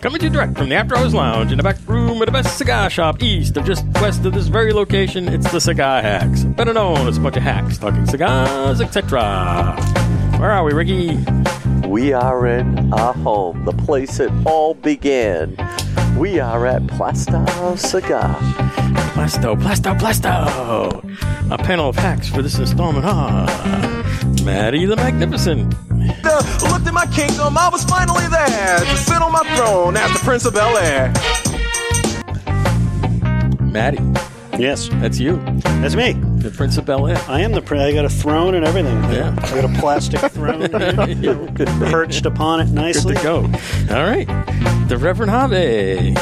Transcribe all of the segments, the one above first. Coming to you direct from the After Hours Lounge in the back room of the best cigar shop east of just west of this very location, it's the Cigar Hacks. Better known as a bunch of hacks talking cigars, etc. Where are we, Ricky? We are in our home, the place it all began. We are at Plastow Cigar. Plasto, plasto, plasto! A panel of hacks for this installment are Maddie the Magnificent, Uh, looked at my kingdom, I was finally there to sit on my throne as the Prince of Bel Air. Maddie, Yes, that's you, that's me. the Prince of Bel Air. I am the. Pre- I got a throne and everything. Yeah. I got a plastic throne perched upon it Good nicely. to go. All right, the Reverend Hobby.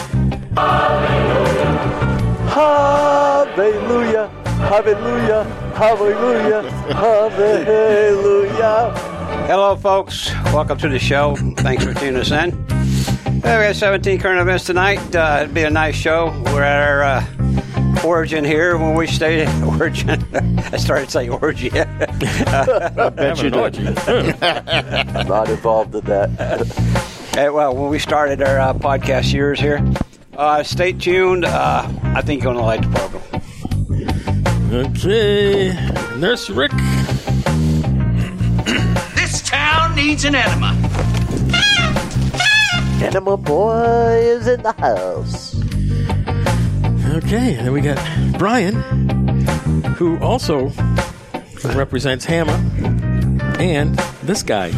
Hallelujah, hallelujah, hallelujah, hallelujah. Hello, folks. Welcome to the show. Thanks for tuning us in. Uh, we got 17 current events tonight. Uh, it'll be a nice show. We're at our uh, origin here when we stayed at origin. I started to say orgy. Bet you I'm not involved in that. Uh, well, when we started our uh, podcast years here. Uh, stay tuned. Uh, I think you're going to like the program. Okay, Nurse Rick. This town needs an enema. Animal Boy is in the house. Okay, and then we got Brian, who also represents Hammer, and this guy.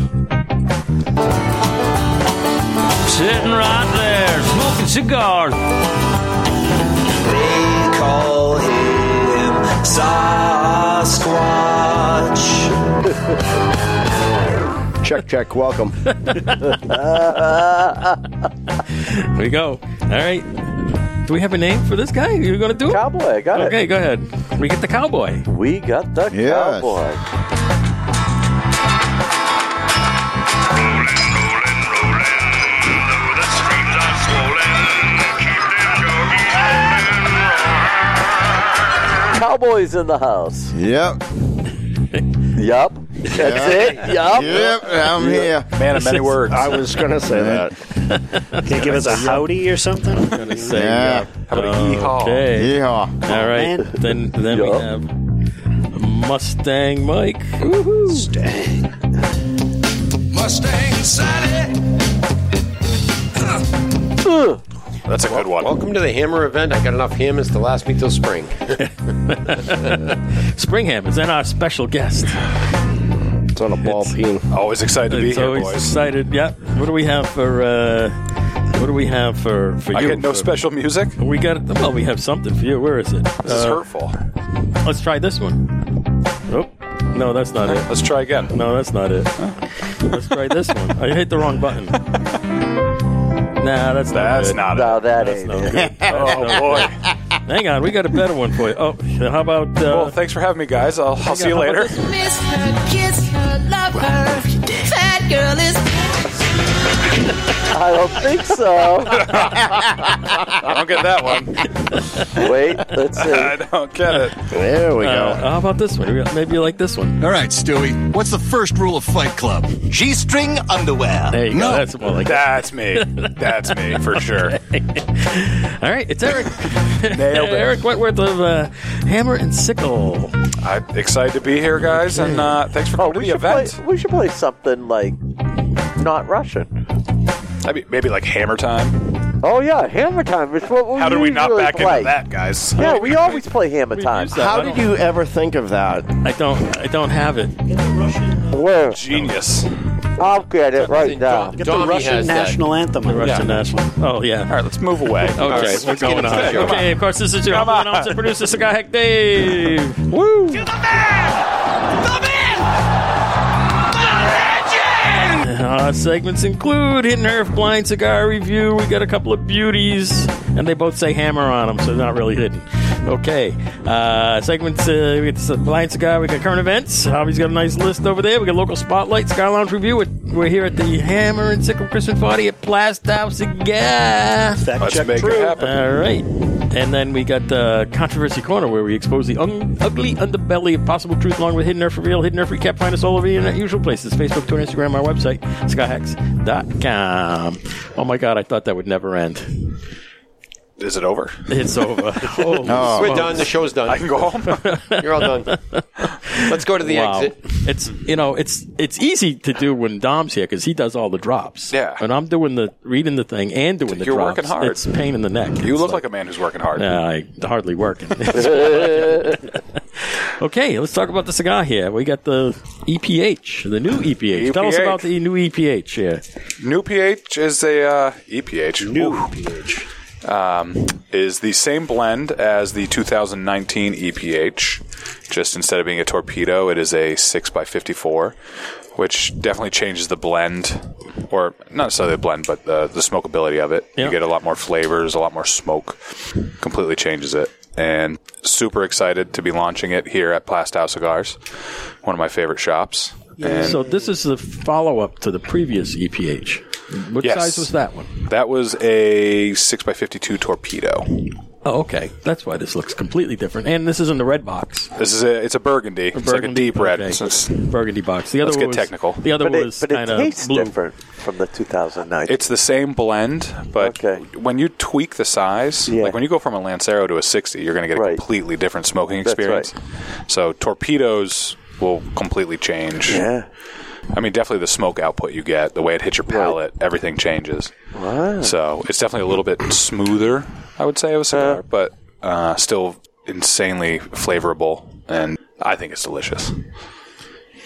Sitting right there, smoking cigars. They call him Sasquatch. Check, check, welcome. Here we go. All right. Do we have a name for this guy? You're gonna do it? Cowboy, I got Okay, it. go ahead. We get the cowboy. We got the Yes. cowboy. Cowboy's in the house. Yep. Yup. That's it. Yup. Yep, I'm here. Man of many words. I was going to say that. Can you give us a howdy or something? Yeah. How about a yeehaw? Okay. Yeehaw. All right. man. Then then we Yeah. have Mustang Mike. Woohoo. Mustang Sally. That's a good one. Welcome to the Hammer event. I got enough hammers to last me till spring. Springham is then our special guest. It's on a ball peen. Always excited to be It's here, always boys. excited. Yeah. What do we have for uh what do we have for for I you? get no For- special music. This We got well. We have something for you. Where is it? is Uh, hurtful. Let's try this one. Nope. No, that's not it. Let's try again. No, that's not it. Let's try this one. I hit the wrong button. Nah, that's not That's it. not No, it. that That's ain't not it. good. That's Oh not boy. good. Hang on, we got a better one for you. Oh, how about uh, Well, thanks for having me, guys. I'll, I'll see you how about later. this Miss her, kiss her, love her. That girl is. I don't think so. I don't get that one. Wait, let's I see. don't get it. There we Uh, go. how about this one? We got- Maybe you like this one. All right, Stewie. What's the first rule of Fight Club? G-string underwear. There you go. That's more like that. That's me. That's me for sure. All right, it's Eric. Nailed it. Eric Wentworth of uh, Hammer and Sickle. I'm excited to be here, guys, and uh, thanks for Oh, coming to we the should play. event. We should play something like not Russian. I mean, maybe like Hammer Time. Oh yeah, Hammer Time. It's what we How did we not usually back play. into that, guys? Yeah, we always play Hammer We Time. use that. How I did don't- you ever think of that? I don't. I don't have it. Where? Genius. I'll get it right now. Get the Russian national anthem. on. Russian national. Oh yeah. All right, let's move away. Okay, All right, what's we're going on? today. Come Okay, of course, this is your Come humble on. announcer, producer, Cigar Hack Dave. To the man! The man! The legend! Uh, segments include Hidden Earth Blind Cigar Review. We got a couple of beauties. and they both say hammer on them, so they're not really hidden. Okay, uh, segments. Uh, we got the blind cigar. We got current events. Hobby's got a nice list over there. We got local spotlight, Sky Lounge review. We're, we're here at the Hammer and Sickle Christmas party at Plastow Cigar. Fact Let's check make true. it happen. All right. And then we got uh, Controversy Corner, where we expose the un- ugly underbelly of possible truth along with Hidden Earth Reveal. Hidden Earth Recap, find us all over the internet, usual places Facebook, Twitter, Instagram, our website, skyhacks.com. Oh my God, I thought that would never end. Is it over? It's over. Holy Oh. We're done. The show's done. I can go home. You're all done. Let's go to the wow. exit. It's you know it's it's easy to do when Dom's here because he does all the drops. Yeah. and I'm doing the reading the thing and doing the You're drops. working hard. It's a pain in the neck. You It's look like a man who's working hard. Nah, Uh, I hardly working. okay, let's talk about the cigar here. We got the EPH, the new EPH. Tell us EPH. about the new EPH here. New pH is a uh, EPH. New pH um, is the same blend as the 2019 EPH. E Just instead of being a torpedo, it is a six x fifty-four, which definitely changes the blend, or not necessarily the blend, but the, the smokeability of it. Yeah. You get a lot more flavors, a lot more smoke. Completely changes it. And super excited to be launching it here at Plastow Cigars, one of my favorite shops. And So this is the follow up to the previous EPH. What Yes. size was that one? That was a 6x52 torpedo. Oh, okay. That's why this looks completely different. And this is in the red box. This is a, it's a burgundy. it's like a Burgundy- deep red. okay. So it's, Burgundy box. The other Let's one get was, technical. The other But one it, was but it kind of tastes blue. different from the 2009. it's the same blend, but Okay. when you tweak the size, Yeah. like when you go from a Lancero to a 60, you're going to get a Right. completely different smoking That's right. experience. So torpedoes will completely change. yeah. I mean, definitely the smoke output you get, the way it hits your palate, everything changes. Wow. So it's definitely a little bit smoother, I would say, of a cigar, Uh. but uh, still insanely flavorable, and I think it's delicious.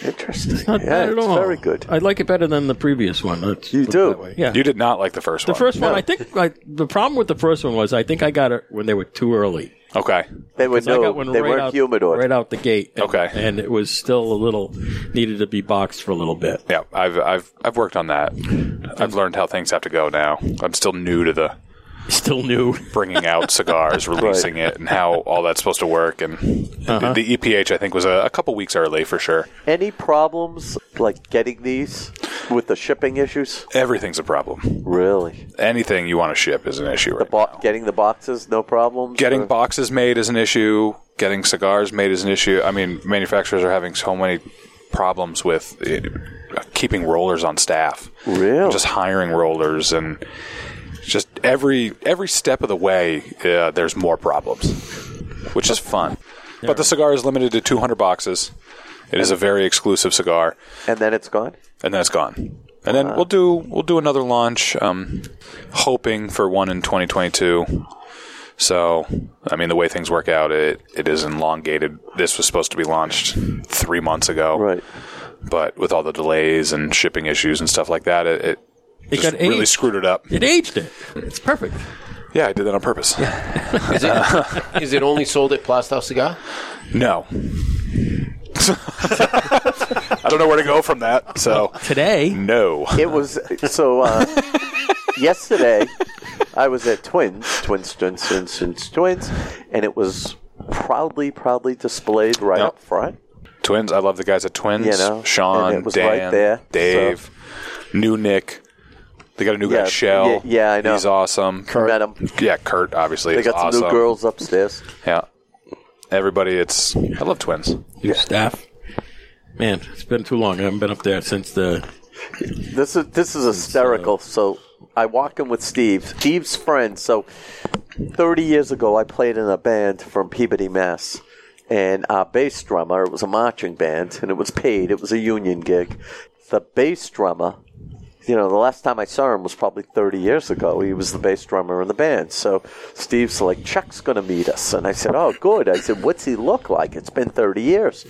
Interesting. Not yeah, bad at it's all. very good. I like it better than the previous one. Let's You put it do. that way. Yeah. You did not like the first the one. first one, I think, like the problem with the first one was I think I got it when they were too early. Okay. They would 'Cause I got know one they right weren't out, humidor. right out the gate. And, Okay. and it was still a little needed to be boxed for a little bit. Yeah, I've I've I've worked on that. I've learned how things have to go now. I'm still new to the Still new. bringing out cigars, releasing it, and how all that's supposed to work. And the, the EPH, I think, was a, a couple weeks early for sure. Any problems like getting these with the shipping issues? Everything's a problem. Really? Anything you want to ship is an issue. The Right bo- now. getting the boxes, no problems. Getting Or- boxes made is an issue. Getting cigars made is an issue. I mean, manufacturers are having so many problems with it, keeping rollers on staff. Really? Just hiring rollers and just every every step of the way, uh, there's more problems, which is fun. But the cigar is limited to 200 boxes. It is a very exclusive cigar, and then it's gone. and then it's gone. And then we'll do we'll do another launch, um, hoping for one in 2022. So, I mean, the way things work out, it it is elongated. This was supposed to be launched three months ago, Right. But with all the delays and shipping issues and stuff like that, it, it, just got really aged. screwed it up. It aged it. It's perfect. Yeah, I did that on purpose. Is it, is it only sold at Plastow Cigar? No. I don't know where to go from that. So, Today, no. It was so. Uh, yesterday, I was at Twins, Twins, Twins, Twins, Twins, Twins, and it was proudly, proudly displayed right Yep. up front. Twins. I love the guys at Twins. You know, Sean, and it was Dan, right there, Dave, new Nick. They got a new Yeah, guy, Shell. yeah, yeah, I know. He's awesome. Kurt. Met 'em. Yeah, Kurt. Obviously, They is got some awesome. new girls upstairs. Yeah, everybody. It's I love Twins. your staff. Man, it's been too long. I haven't been up there since the. This is this is hysterical. So I walk in with Steve, Steve's friend. So thirty years ago, I played in a band from Peabody, Mass. And our bass drummer, it was a marching band, and it was paid. It was a union gig. The bass drummer, you know, the last time I saw him was probably 30 years ago. He was the bass drummer in the band. So Steve's like, Chuck's going to meet us. And I said, Oh, good. I said, What's he look like? It's been 30 years.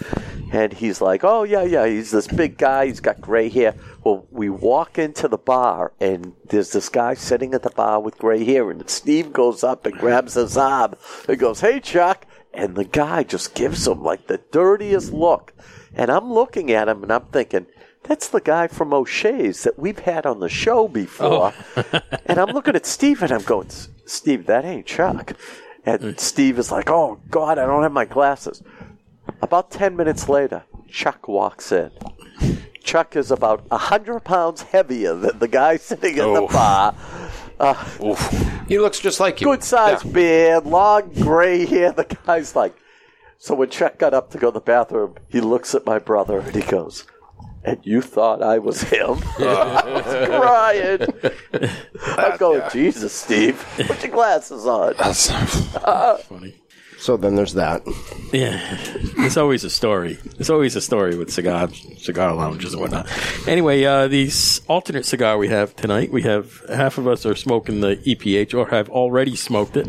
And he's like, Oh, yeah, yeah. He's this big guy. He's got gray hair. Well, we walk into the bar, and there's this guy sitting at the bar with gray hair. And Steve goes up and grabs his arm and goes, Hey, Chuck. And the guy just gives him like the dirtiest look. And I'm looking at him and I'm thinking, that's the guy from O'Shea's that we've had on the show before. and I'm looking at Steve and I'm going, Steve, that ain't Chuck. And Steve is like, oh, God, I don't have my glasses. About 10 minutes later, Chuck walks in. Chuck is about 100 pounds heavier than the guy sitting in the Oh. bar. He looks just like you. Good sized Yeah. beard, long gray hair. The guy's like, so when Chuck got up to go to the bathroom, he looks at my brother and he goes, and you thought I was him? I was crying. I'm going, Jesus, Steve, put your glasses on. Funny. So then there's that. Yeah, it's always a story. It's always a story with cigar cigar lounges and whatnot. Anyway, uh, the s- alternate cigar we have tonight, we have half of us are smoking the EPH or have already smoked it.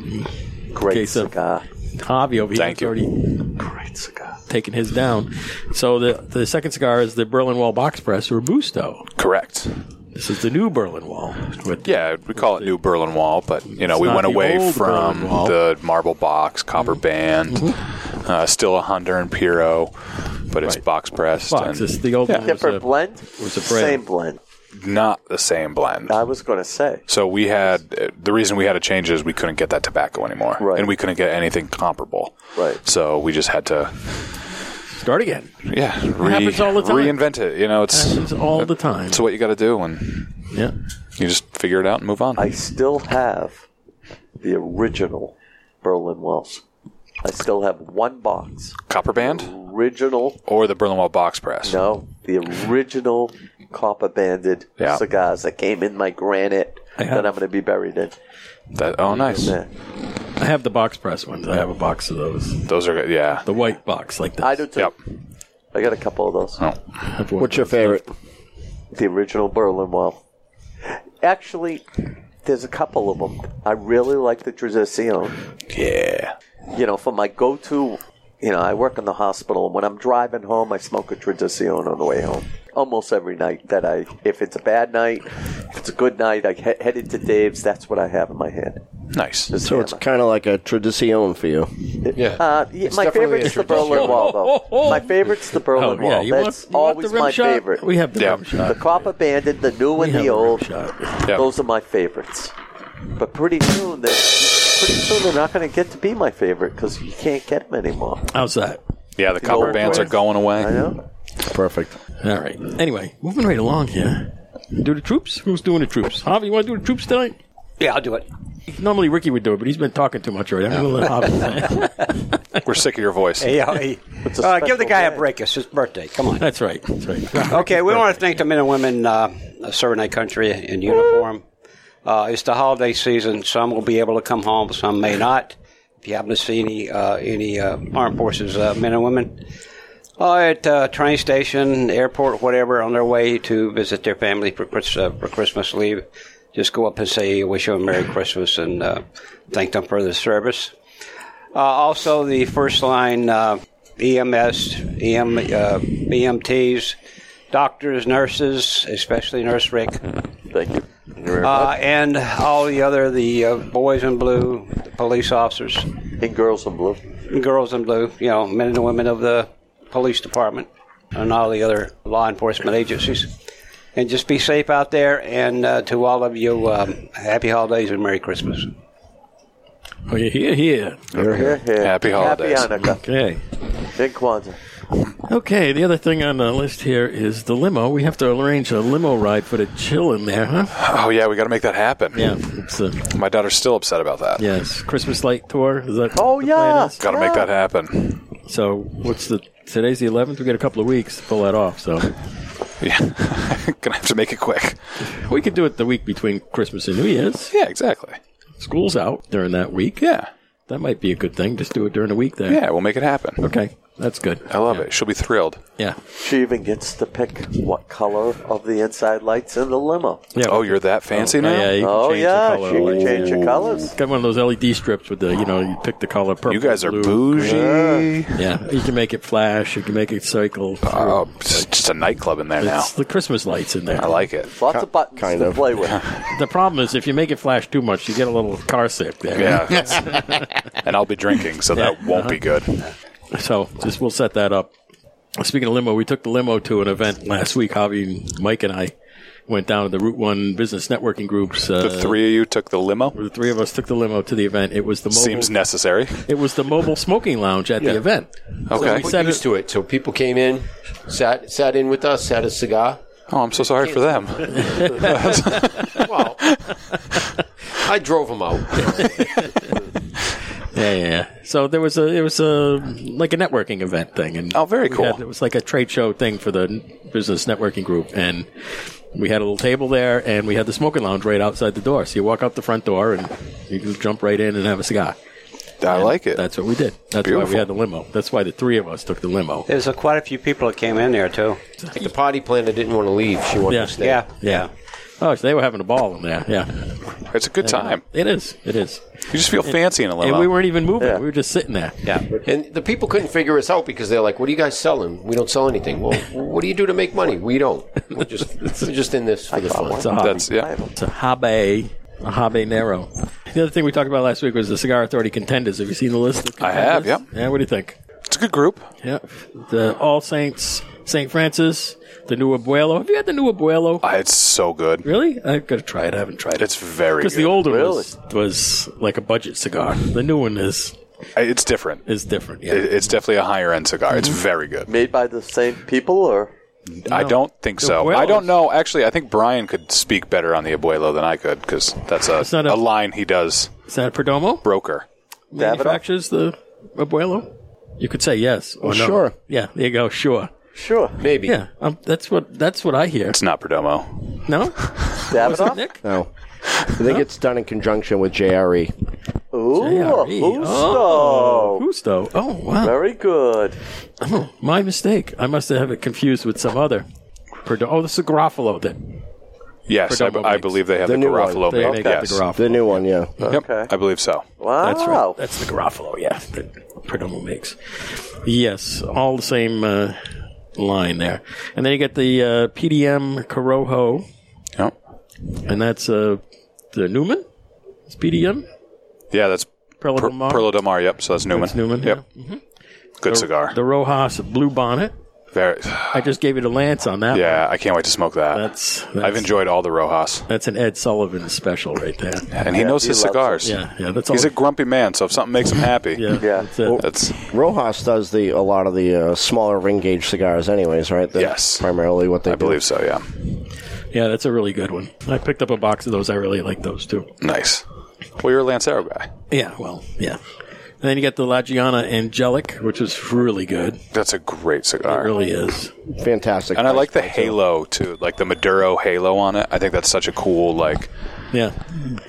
Great Okay, so- cigar. Javi over here Thank has you. already Great cigar. taken his down. So the the second cigar is the Berlin Wall Box Press Robusto. Correct. This is the new Berlin Wall. With Yeah, we call it New Berlin Wall, but you know It's we not went the away old from Berlin Wall. Mm-hmm. the marble box, copper band, uh, still a Hunter and Piro, but it's Right. box pressed Fox, and it's the old one was uh, Different a- blend? was a brand. Same blend. not the same blend. I was going to say. So we had uh, the reason we had to change is we couldn't get that tobacco anymore, Right. and we couldn't get anything comparable. Right. So we just had to, Start again. yeah, re- happens all the time. reinvent it. You know, it's Happens all the time. it's what you got to do, and Yeah. you just figure it out and move on. I still have the original Berlin Wells. I still have one box. copper band Original, or the Berlin Wall box press. no, the original copper banded Yeah. cigars that came in my granite I have- that I'm going to be buried in. That, oh, nice. Yeah. I have the box press ones. I have a box of those. Those are good. Yeah. The white box, like that. I do too. Yep. I got a couple of those. Oh. What's your favorite? The original Berlin Wall. Actually, there's a couple of them. I really like the Tradicion. Yeah. you know, for my go-to, you know, I work in the hospital, and when I'm driving home, I smoke a tradicion on the way home almost every night. That I, if it's a bad night, if it's a good night, I he- headed to Dave's. That's what I have in my hand. Nice. This So it's hammer. kind of like a tradicion for you. Yeah. Uh, yeah, my definitely favorite's a the Berlin tradicion. Wall, though. My favorite's the Berlin Oh, Wall. yeah. You That's want, you want always the rim my shot? favorite. We have the Yeah. rim shot. the Copper Banded, the new We and have the rim old. shot. Yeah. Those are my favorites. But pretty soon, they're, pretty soon they're not going to get to be my favorite because you can't get them anymore. How's that? Yeah, the copper old bands boy. are going I away. know. Perfect. All right. Anyway, moving right along here. Do the troops? Who's doing the troops? Javi, you want to do the troops tonight? Yeah, I'll do it. Normally Ricky would do it, but he's been talking too much already. I'm going to let Javi. We're sick of your voice. Yeah, hey, a uh, give the special guy day. a break. It's his birthday. Come on. That's right. That's right. Okay, we want to thank the men and women uh, serving our country in uniform. Uh, it's the holiday season. Some will be able to come home, some may not. If you happen to see any uh, any uh, armed forces uh, men and women uh, at uh, train station, airport, whatever, on their way to visit their family for, Chris- uh, for Christmas leave, just go up and say wish them a Merry Christmas and uh, thank them for their service. Uh, also, the first line uh, EMS, EM, uh, EMTs, doctors, nurses, especially Nurse Rick, Thank you. uh, and all the other the uh, boys in blue, the police officers, And girls in blue. and girls in blue, you know, men and women of the police department, and all the other law enforcement agencies. And just be safe out there. And uh, to all of you, um, happy holidays and Merry Christmas. Oh, yeah, here, here. Here, here. Happy holidays. Happy Hanukkah. Okay. Big Kwanzaa. Okay, the other thing on the list here is the limo. We have to arrange a limo ride for the chill in there, huh? Oh yeah, we got to make that happen. Yeah, it's a, My daughter's still upset about that. yes, Christmas light tour. Is that Oh, the plan yeah. is? Got to make Ah. that happen. So what's the today's the 11th? We got a couple of weeks to pull that off. So Yeah. Gonna have to make it quick. we could do it the week between Christmas and New Year's. Yeah, exactly. School's out during that week. Yeah. That might be a good thing. Just do it during the week there. Yeah, we'll make it happen. Okay, that's good. I love it. She'll be thrilled. Yeah. She even gets to pick what color of the inside lights in the limo. Yeah. Oh, you're that fancy now? yeah, you can Oh, change yeah. the color. She can change the colors. It's got one of those LED strips with the, you know, you pick the color purple. You guys are blue. bougie. Yeah. You can make it flash. You can make it cycle. through. Oh, it's just a nightclub in there now. It's the Christmas lights in there. I like it. Lots of buttons kind to of. play with. The problem is if you make it flash too much, you get a little car sick there. Yeah. and I'll be drinking, so that Yeah. Uh-huh. won't be good. So just we'll set that up. Speaking of limo, we took the limo to an event last week, Javi, and Mike, and I, went down to the Route One Business Networking Group's. Uh, The three of you took the limo. the three of us took the limo to the event. It was the mobile, Seems necessary. it was the mobile smoking lounge at the event. Okay. we We're said used it- to it. So people came in, sat sat in with us, had a cigar. Oh, I'm so sorry for them. Well, I drove them out. Yeah, yeah, yeah. So there was a it was a like a networking event thing, and Oh, very we cool. had- it was like a trade show thing for the business networking group, and we had a little table there, and we had the smoking lounge right outside the door. So you walk out the front door, and you can jump right in and have a cigar. I like it. That's what we did. That's why we Beautiful. had the limo. That's why the three of us took the limo. There's uh, quite a few people that came in there too. the party planner didn't want to leave. She wanted Yeah. to stay. Yeah, Yeah. Oh, so they were having a ball in there. Yeah, It's a good time. uh, it is. It is. You just feel fancy in a limo. And we weren't even moving. Yeah. We were just sitting there. yeah. And the people couldn't figure us out because they're like, "What are you guys selling? We don't sell anything." Well, what do you do to make money? We don't. We're just we're just in this for the fun. It's a hobby. That's yeah. It's a habe, a habe narrow. The other thing we talked about last week was the Cigar Authority contenders. Have you seen the list? Of I have, contenders? Yeah. What do you think? It's a good group. Yeah. The All Saints, St. Francis, the new Abuelo. Have you had the new Abuelo? Ah, It's so good. really? I've got to try it. I haven't tried it. It's very Because good. the old one was, was like a budget cigar. The new one is I- it's different. It- is different. Yeah. Mm-hmm. It's definitely a higher end cigar. It's very good. Made by the same people, or I don't think so. Abuelos- I don't know. Actually, I think Brian could speak better on the abuelo than I could because that's a, not a- a line he does is that a Perdomo? broker. Manufactures the Abuelo? You could say yes or no. sure. Yeah. There you go. Sure. sure, Maybe. Yeah. Um, that's what that's what I hear. It's not Perdomo. No. Davidoff. Nick. No. I Oh. think it's done in conjunction with E? JRE. Ooh, a JRE. Gusto. E. Oh, Gusto. Oh, wow. Very good. My mistake. I must have it confused with some other. Perdo- oh, this is Garofalo then. Yes, I, Perdomo I makes. believe they have The the, new one. Garofalo They made. make yes. the Garofalo. The new one, yeah. Yep, Okay. I believe so. Wow. That's right. That's the Garofalo, yeah, that Perdomo makes. Yes, all the same uh, line there. And then you get the uh, PDM Corojo, Yep. and that's uh, the Newman? It's PDM? Yeah, that's Perla per- Del Mar? Perlo Del Mar. Yep. So that's Newman. That's Newman, Yep. Good cigar. The Rojas Blue Bonnet. very. I just gave it a lance on that. Yeah, I can't wait to smoke that. That's, that's, I've enjoyed all the Rojas, that's an Ed Sullivan special right there. and he knows he his loves cigars. Yeah, yeah, that's all. He's a grumpy man, so if something makes him happy, yeah, Yeah. that's it. that's Rojas does the a lot of the uh, smaller ring gauge cigars, anyways, right? That's Yes. primarily what they I do. believe so. Yeah, Yeah, that's a really good one. I picked up a box of those. I really like those too. nice. Well, you're a Lancero guy. Yeah, well, yeah. And then you get the La Giana Angelic, which is really good. That's a great It cigar. really is. Fantastic. And I price like the point, halo too, like the Maduro halo on it. I think that's such a cool like. Yeah.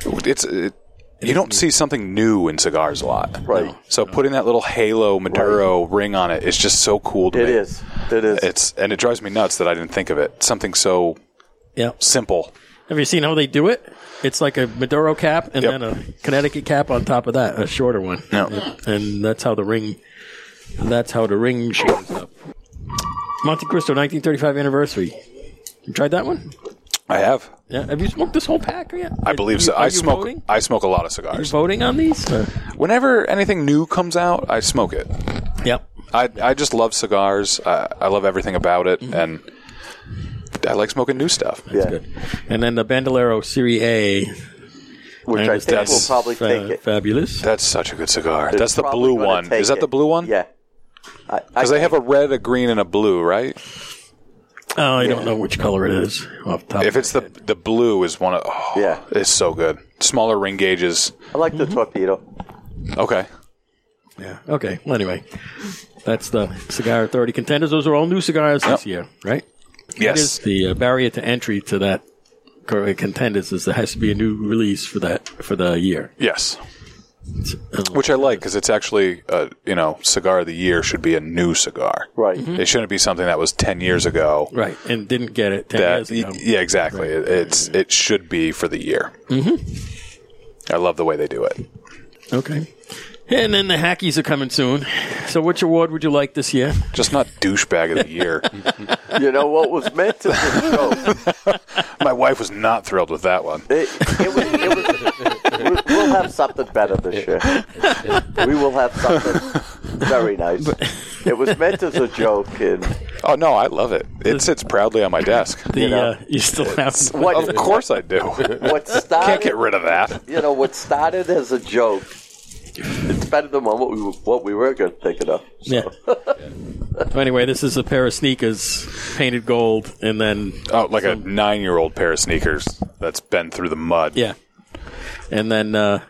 It's it, you don't see something new in cigars a lot, Right. No. So putting that little halo Maduro ring on it is just so cool to It me. is. It is. It's and it drives me nuts that I didn't think of it. Something so Yeah. simple. Have you seen how they do it? It's like a Maduro cap and Yep. then a Connecticut cap on top of that, a shorter one. No. And that's how the ring that's how the ring shows up. Monte Cristo 1935 anniversary. You tried that one? I have. Yeah. Have you smoked this whole pack yet? I believe so. I smoke. Voting? I smoke a lot of You're cigars. voting on these? or- Whenever anything new comes out, I smoke it. Yep. I I just love cigars. I, I love everything about it, and I like smoking new stuff. Mm-hmm. yeah. And then the Bandolero Serie A Which I think we'll That's probably fa- take it. Fabulous. That's such a good cigar. That's the Probably blue gonna one. take Is that it. the blue one? Yeah. I, I Because they have a red, a green, and a blue, right? Oh, I don't know which color it is off the top. If it's the the blue, is one of oh, Yeah. it's so good. Smaller ring gauges. I like Mm-hmm. the torpedo. Okay, yeah. Okay. Well, anyway, that's the Cigar Authority contenders. Those are all new cigars this Yep. year, right? That is yes, the uh, barrier to entry to that cor- contenders is there has to be a new release for that for the year. yes. Which I like because it's actually uh, you know cigar of the year should be a new cigar. Right. It shouldn't be something that was ten years ago. Right. And didn't get it ten years That ago. yeah, exactly. It, it's it should be for the year. Mm-hmm. I love the way they do it. Okay. And then the hackies are coming soon. So, which award would you like this year? Just not douchebag of the year. You know what was meant to be a joke. My wife was not thrilled with that one. It, it was, it was, we- we'll have something better this year. We will have something very nice. It was meant as a joke, and Oh no, I love it. It sits proudly on my desk. The, you, uh, you still have What, Of course I do. what started, Can't get rid of that. you know, what started as a joke. It's better than what we what we were going to think of. Yeah. So anyway, this is a pair of sneakers painted gold, and then Oh, like a nine-year-old pair of sneakers that's been through the mud. yeah, and then uh,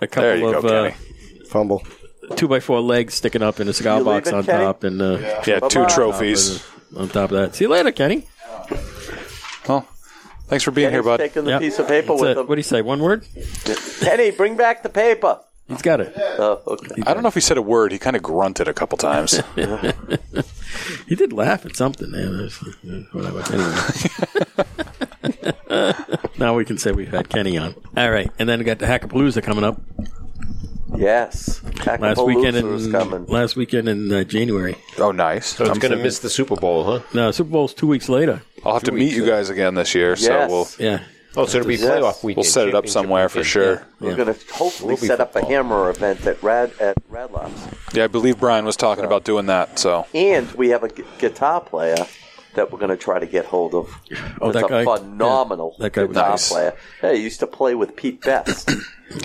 a couple There you of go, Kenny. Fumble. uh, two by four legs sticking up in a cigar You box leaving, on Kenny? top, and uh, Yeah, two Bye-bye. trophies. on top of that. See you later, Kenny. Well, thanks for being here, He's bud. taking the Yep. piece of paper That's with it. What do him. you say? One word? Kenny, bring back the paper. He's got it. Oh, okay. I don't know if he said a word. He kind of grunted a couple times. He did laugh at something. Man. That's- uh, Whatever. Anyway. now we can say we've had Kenny on. All right, and then we got the Hackapalooza coming up Yes. last weekend is in coming. last weekend in uh, January. oh, nice. So it's I'm- going to miss the Super Bowl, huh? No, Super Bowl's two weeks later. I'll have to meet you guys again this year, so Yes. we'll Yeah, Oh, so it'll be Yes. playoff weekend. we'll set it up championship somewhere for weekend. sure. We're going to hopefully Will be set up a football. hammer event at Rad at Red Lobster. Yeah, I believe Brian was talking about doing that. So and we have a gu- guitar player that we're going to try to get hold of. Oh, That's that a guy? phenomenal Yeah, that guy was guitar nice. player. Yeah, he used to play with Pete Best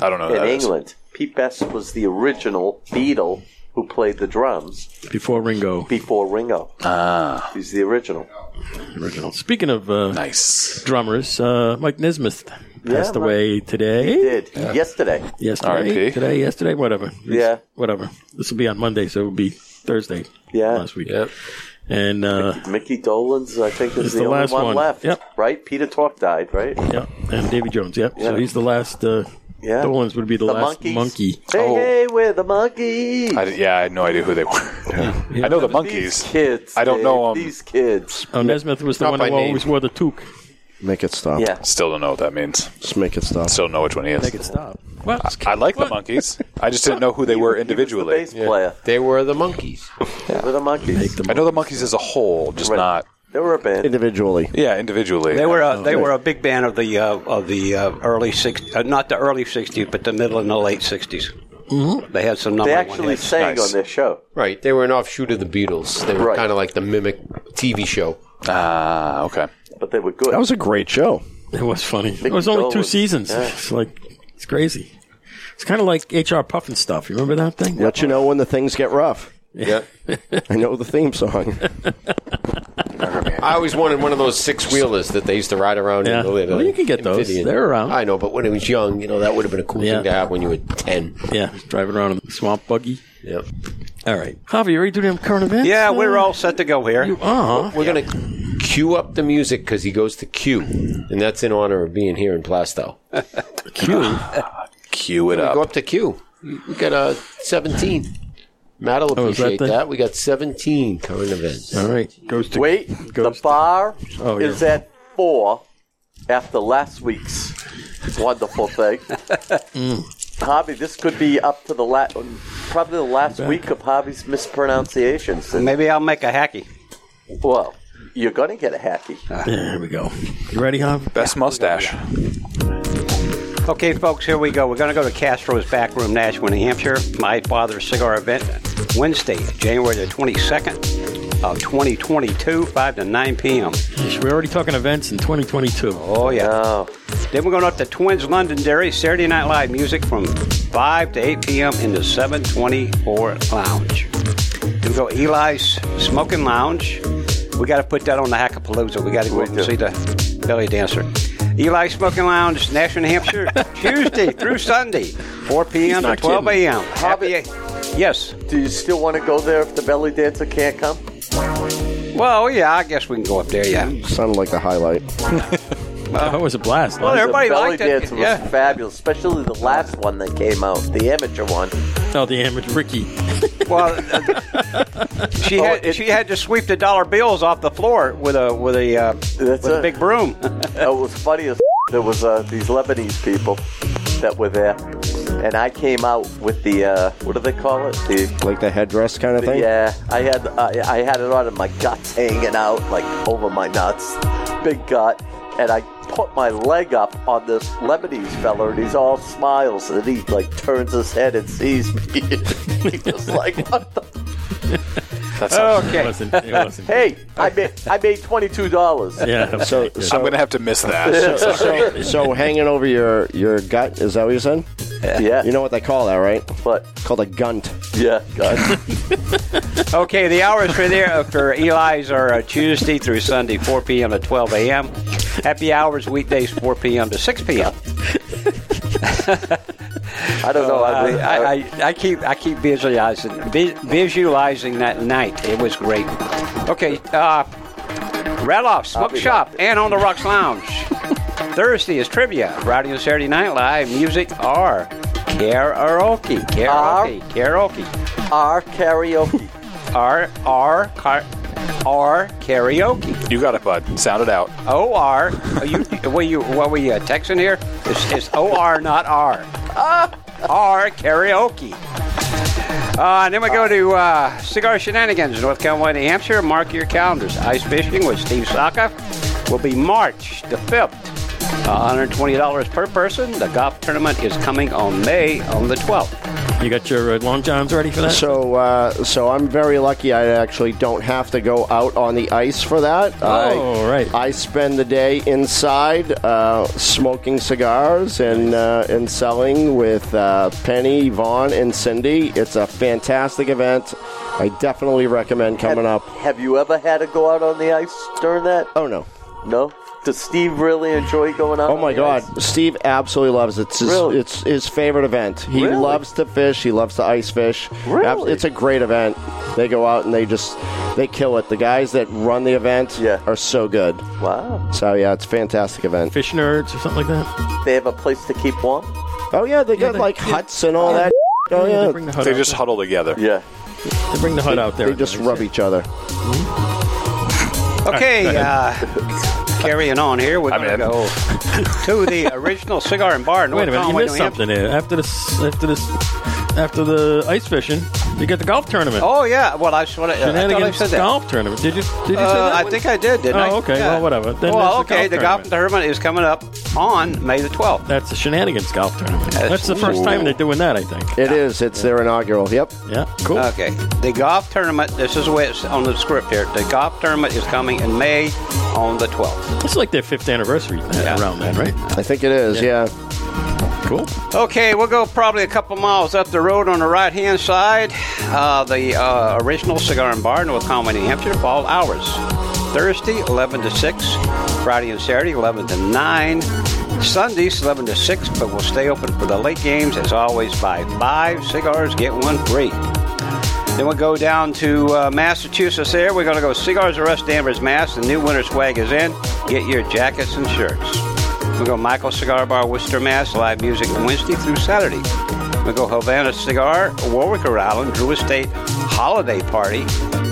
I don't know. who in that is. England. Pete Best was the original Beatle who played the drums before Ringo. before Ringo. Ah, he's the original. Original. Speaking of uh, Nice. drummers, uh, Mike Nismith Yeah, passed right. away today. Did yesterday. Yesterday, R.I.P.. today, yesterday, whatever. It's- Yeah. whatever. This will be on Monday, so it will be Thursday. Yeah. last week. Yep. And uh, Mickey Dolan's, I think, is It's the, the only last one, one. left. Yep. Oh. Right? Peter Tork died, right? yeah, and Davy Jones. Yep. So Yeah. he's the last. Uh, Yeah. The ones would be the, The last monkeys. monkey. Hey, hey, we're the monkeys. I, di- yeah, I had no idea who they were. I know the These monkeys. kids. I don't Dave, know 'em. These kids. Oh, Nesmith was the Not one by who name. always wore the toque. Make it stop. Yeah. Still don't know what that means. Just make it stop. Still don't know which one he is. Make it stop. Well, I like the monkeys. I just didn't know who they were He individually. was the bass player. They were the monkeys. They were the monkeys. I know the monkeys as a whole, just Right. not They were a band. Individually. yeah individually. They were a, Oh, they were a big band of the uh, of the uh, early six uh, not the early '60s, but the middle and the late '60s. Mm-hmm. They had some number They one actually hits. sang Nice. on their show. Right. They were an offshoot of the Beatles. They were Right. kind of like the mimic TV show. ah okay. But they were good. That was a great show. It was funny. It was only two Dolan. seasons. Yeah. It's like it's crazy. It's kind of like HR Puffin stuff. You remember that thing? Let you know when the things get rough. Yeah. I know the theme song. I always wanted one of those six wheelers that they used to ride around Yeah. in the little. Well, you can get those. They're around. I know, but when it was young, you know, that would have been a cool Yeah. thing to have when you were 10. Yeah, driving around in the swamp buggy. Yeah. All right, Javi, you ready to do them current events? Yeah, we're all set to go here. Uh huh. We're going to cue up the music because he goes to Q, and that's in honor of being here in Plastow. Q. Ah, Cue it Go up. up to Q. We got uh, 17. Matt will Oh, is that appreciate the- that, We got 17 current events. All right, goes to Wait, Goes the bar Oh, is yeah. at four after last week's wonderful thing. Mm. Hobby, this could be up to the la- probably the last week of Hobby's mispronunciations. And, Maybe I'll make a hacky. well, you're going to get a hacky. There we go. You ready, Javi? Best mustache. Okay, folks, here we go. We're going to go to Castro's Back Room, Nashua, New Hampshire. My father's cigar event, Wednesday, January the 22nd of 2022, 5 to 9 p.m. We're already talking events in 2022. Oh, yeah. Oh, Then we're going up to Twins Londonderry, Saturday Night Live music from 5 to 8 p.m. in the 724 Lounge. Then we go Eli's Smoking Lounge. We got to put that on the Hackapalooza. We got to go We up and do. see the belly dancer. Eli Smoking Lounge, Nashua, New Hampshire, Tuesday through Sunday, 4 He's p.m. to not 12 kidding. a.m. Happy. Yes. do you still want to go there if the belly dancer can't come? Well, yeah, I guess we can go up there, yeah. Sounded like the highlight. That was a blast. Well, The everybody belly liked it. dancer was Yeah. fabulous, especially the last one that came out, the amateur one. Oh, the amateur Ricky. Well, uh, she Oh, had it- she had to sweep the dollar bills off the floor with a with a uh, with a it. big broom. It was funny as there was uh, these Lebanese people that were there, and I came out with the uh, what do they call it? The, Like the headdress kind of the- thing? yeah, I had I, I had it on, and my guts hanging out like over my nuts, big gut, and I put my leg up on this Lebanese fella, and he's all smiles, and he like turns his head and sees me. he was like, "What the That's not, Okay. It wasn't, it wasn't. Hey, I made I made twenty two dollars. Yeah. So, I'm so, going to have to miss that. so, so, so hanging over your, your gut, is that what you said? Yeah, You know what they call that, right? but It's called a gunt. yeah, God. Okay, the hours for there for Eli's are uh, Tuesday through Sunday, 4 p.m. to 12 a.m. Happy hours weekdays, 4 p.m. to 6 p.m. I don't know. I, I, mean, I, Uh, I, I keep I keep visualizing vi- visualizing that night. It was great. Okay, uh, Red Off Smoke be Shop and on the Rocks Lounge. Thursday is trivia, Friday and Saturday Night Live, music or karaoke, karaoke, karaoke, our karaoke. r r car, r karaoke. you got it, bud. Sound it out. O R. Are you? Were you? What were you uh, texting here? It's, it's O R, not R. R karaoke. Uh, and then we go to uh, Cigar Shenanigans, North Carolina, New Hampshire. Mark your calendars. Ice fishing with Steve Saka will be March the 5th. Uh, $120 per person. The golf tournament is coming on May on the 12th. You got your uh, long johns ready for that? So, uh, so I'm very lucky. I actually don't have to go out on the ice for that. Oh, I, right. I spend the day inside, uh, smoking cigars and uh, and selling with uh, Penny, Vaughn, and Cindy. It's a fantastic event. I definitely recommend coming up. Have you ever had to go out on the ice during that? Oh no. No. Does Steve really enjoy going out? Oh on my the God! ice? Steve absolutely loves it. It's his, Really? it's his favorite event. He Really? loves to fish. He loves to ice fish. Really? Abs- It's a great event. They go out and they just they kill it. The guys that run the event Yeah. are so good. Wow. So yeah, it's a fantastic event. Fish nerds or something like that? They have a place to keep warm. Oh yeah, they got they- like yeah. huts and all that. Oh They yeah, bring the hut, They out, just huddle together. Yeah. they bring the hut out there. they just rub each other. Okay, uh, carrying on here, we're I'm going to in. go to the original cigar and bar. in Wait a North minute, you Conway, missed New Hampshire. something there. After this, after this, after the ice fishing, you got the golf tournament. Oh yeah, well I, sort of, I thought I Shenanigans said that. golf tournament. Did you? Did you say Uh, that? I one? think I did, didn't Oh, I? okay. Well, whatever. Then well, that's the okay. golf the golf tournament is coming up on May the 12th. That's the shenanigans golf tournament. That's- That's the first time Ooh. they're doing that, I think. It is. It's their inaugural. Yep. Yeah, cool. Okay. The golf tournament, this is where it's on the script here. The golf tournament is coming in May on the 12th. it's like their fifth anniversary Yeah. around then, right? I think it is. Yeah. Cool. Okay, we'll go probably a couple miles up the road on the right hand side. Uh, the uh, original cigar and bar, North Conway, New Hampshire, fall hours. Thursday, 11 to 6. Friday and Saturday, 11 to 9. Sundays, 11 to 6, but we'll stay open for the late games as always by 5 cigars, get one free. Then we'll go down to uh, Massachusetts there. We're going to go Cigars of Rust Danvers, Mass. The new winter swag is in. Get your jackets and shirts. We'll go Michael Cigar Bar, Worcester, Mass. Live music Wednesday through Saturday. We'll go Havana Cigar, Warwick, Rhode Island. Drew Estate Holiday Party.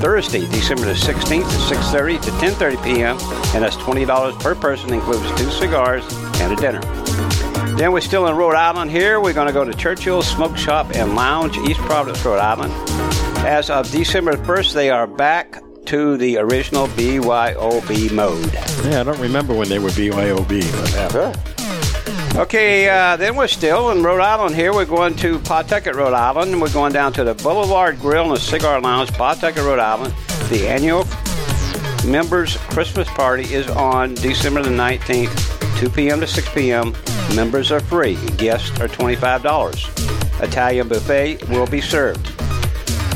Thursday, December the 16th at 6.30 to 10.30 p.m. And that's $20 per person, includes two cigars and a dinner. Then we're still in Rhode Island here. We're going to go to Churchill's Smoke Shop and Lounge, East Providence, Rhode Island. As of December 1st, they are back to the original BYOB mode. Yeah, I don't remember when they were BYOB. Okay, uh, then we're still in Rhode Island here. We're going to Pawtucket, Rhode Island. We're going down to the Boulevard Grill and the Cigar Lounge, Pawtucket, Rhode Island. The annual members Christmas party is on December the 19th, 2 p.m. to 6 p.m. Members are free. Guests are $25. Italian buffet will be served.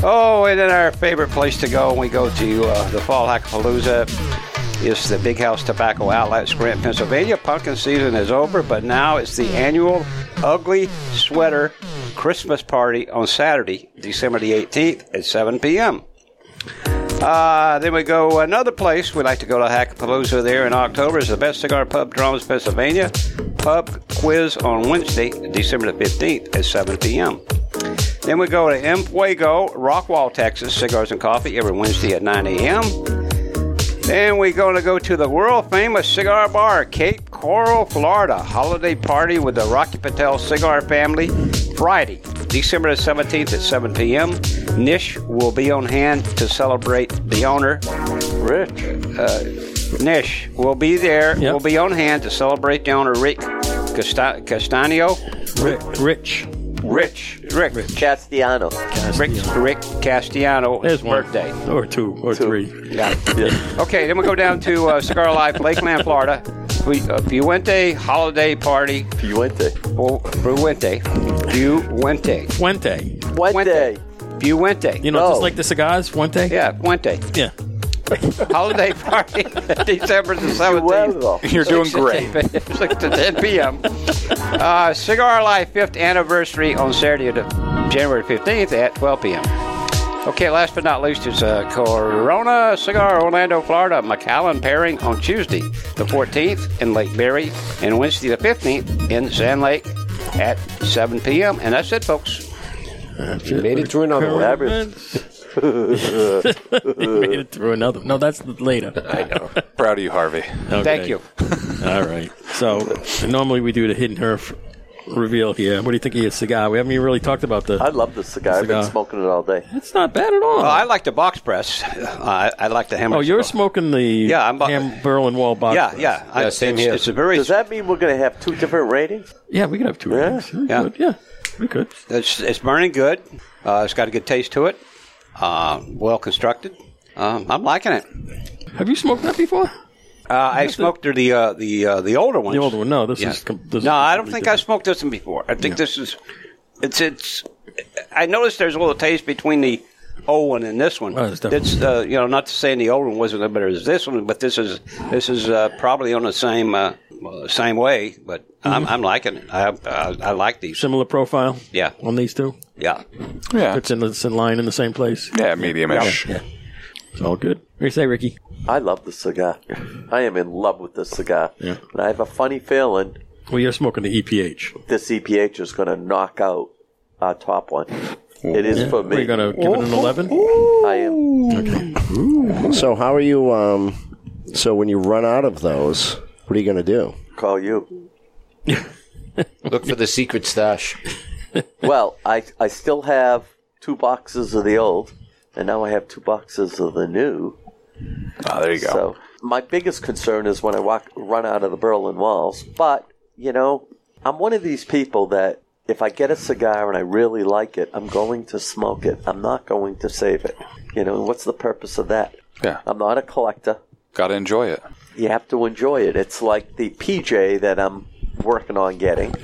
Oh, and then our favorite place to go when we go to uh, the Fall Hackapalooza is the Big House Tobacco Outlets, Grant, Pennsylvania. Pumpkin season is over, but now it's the annual Ugly Sweater Christmas Party on Saturday, December the 18th at 7 p.m. Uh, then we go another place we like to go to Hackapalooza there in October is the Best Cigar Pub, Drums, Pennsylvania. Pub quiz on Wednesday, December the 15th at 7 p.m. Then we go to M. Fuego, Rockwall, Texas, Cigars and Coffee every Wednesday at 9 a.m. Then we're going to go to the world famous cigar bar, Cape Coral, Florida. Holiday party with the Rocky Patel cigar family Friday, December the 17th at 7 p.m. Nish will be on hand to celebrate the owner. Rich. Uh, Nish will be there, Yep. will be on hand to celebrate the owner, Rick Casta- Castanio. Rich. Rich. Rick. Castiano. Rick, Rick Castiano. There's one. birthday. Or two. Or three. Yeah. Okay, then we go down to uh, Cigar Life, Lakeland, Florida. We, uh, Fuente holiday party. Fuente. Oh, Fuente. Fuente. Fuente. Fuente. Fuente. You know, No. just like the cigars, Fuente? yeah, Fuente. Yeah. Holiday party, December the Fuego. 17th. You're doing great. 6 to 10 p.m. Uh, Cigar Life 5th anniversary on Saturday, the- January 15th at 12 p.m. Okay, last but not least is uh, Corona Cigar Orlando, Florida, McAllen pairing on Tuesday the 14th in Lake Berry and Wednesday the 15th in Sand Lake at 7 p.m. And that's it, folks. You made it through another one. Average. Made it through another. No, that's later. I know. Proud of you, Harvey. Okay. Thank you. All right. So normally we do the hidden herf reveal here. What do you think of your cigar? We haven't even really talked about the. I love this cigar. I've Cigar. been smoking it all day. it's not bad at all. Well, Oh, I like the box press. Uh, I, I like the hammer. oh, you're cigar. smoking the Yeah, I'm bu- Ham Berlin Wall box. Yeah, yeah. I- Yeah, same it's, here. It's a very Does that mean we're going to have two different ratings? yeah. We could have two. Yeah, Yeah. Could. yeah, we could. It's, it's burning good. Uh, it's got a good taste to it. Uh, well constructed. Um, I'm liking it. Have you smoked that before? Uh, I smoked the the uh, the, uh, the older ones. The older one. No, this Yeah. is. com- This no, is I don't completely think I different. smoked this one before. I think this is. It's it's. I noticed there's a little taste between the old one and this one. Oh, it's definitely- it's uh, you know not to say the old one wasn't as better as this one, but this is this is uh, probably on the same uh, uh, same way. But Mm-hmm. I'm, I'm liking it. I, I I like these. similar profile. Yeah. on these two, Yeah. Yeah. it's in it's in line in the same place. Yeah, medium-ish. It's all good. What do you say, Ricky? I love this cigar. I am in love with this cigar. Yeah. And I have a funny feeling Well, you're smoking the E EPH. this EPH is going to knock out our top one. It is for me. We're gonna give it an eleven. I am. So how are you? Um, so when you run out of those, what are you going to do? Call you. Look for the secret stash. Well, I, I still have two boxes of the old, and now I have two boxes of the new. Ah, there you go. So my biggest concern is when I walk run out of the Berlin walls. But you know, I'm one of these people that if I get a cigar and I really like it, I'm going to smoke it. I'm not going to save it. You know, what's the purpose of that? Yeah. I'm not a collector. Got to enjoy it. You have to enjoy it. It's like the PJ that I'm working on getting.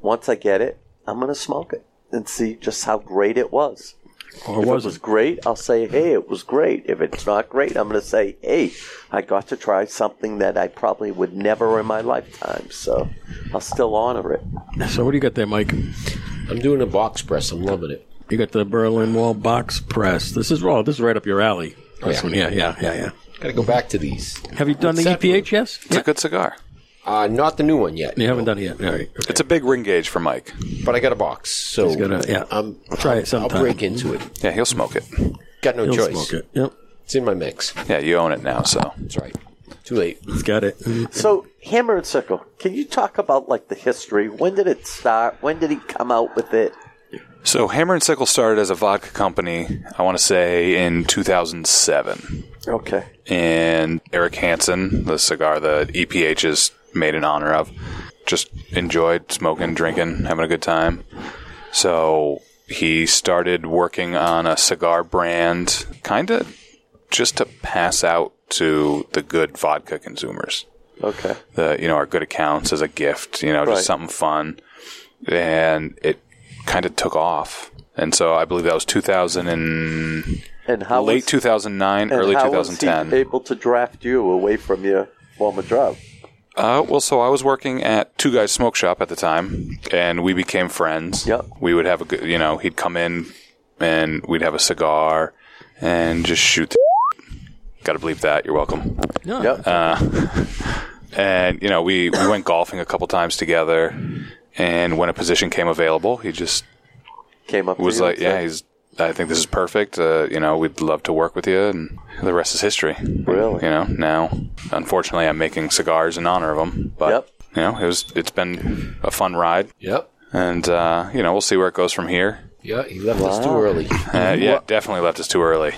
Once I get it, I'm going to smoke it and see just how great it was. Or If was it was it? great, I'll say, hey, it was great. If it's not great, I'm going to say, hey, I got to try something that I probably would never in my lifetime. So I'll still honor it. So, what do you got there, Mike? I'm doing a box press. I'm loving it. You got the Berlin Wall box press. This is raw. This is right up your alley. This yeah. one, yeah, yeah, yeah, Got to go back to these. yeah. Have you done the E Exactly. EPH? Yes. It's a good cigar. Uh, not the new one yet. You haven't done it yet. All right. It's a big ring gauge for Mike. But I got a box, so got a- yeah. I'm Try it I'll sometime. break into it. Yeah, he'll smoke it. Got no You'll choice. smoke it. Yep. It's in my mix. Yeah, you own it now, so. That's right. Too late. It's got it. So, Hammer and Sickle, can you talk about like the history? When did it start? When did he come out with it? So Hammer and Sickle started as a vodka company, I want to say in 2007. Okay. And Eric Hansen, the cigar that E EPH is made in honor of, just enjoyed smoking, drinking, having a good time. So he started working on a cigar brand, kind of just to pass out to the good vodka consumers Okay. the you know our good accounts as a gift, you know, Right. just something fun, and it kind of took off. And so I believe that was 2000 and And how late was- 2009, and early how was he 2010. able to draft you away from your former job? Uh, well, so I was working at Two Guys Smoke Shop at the time, and we became friends. Yep. We would have a good, you know, he'd come in, and we'd have a cigar, and just shoot. The Got to believe that. You're welcome. Yep. Uh, and you know we, we went golfing a couple times together and when a position came available he just Came up. to was you like and yeah said, he's i think this is perfect uh, you know we'd love to work with you and the rest is history Really? you know now unfortunately i'm making cigars in honor of him but Yep. you know it was it's been a fun ride Yep. and uh, you know we'll see where it goes from here Yeah, he left us too early. uh, Mm-hmm. yeah, definitely left us too early.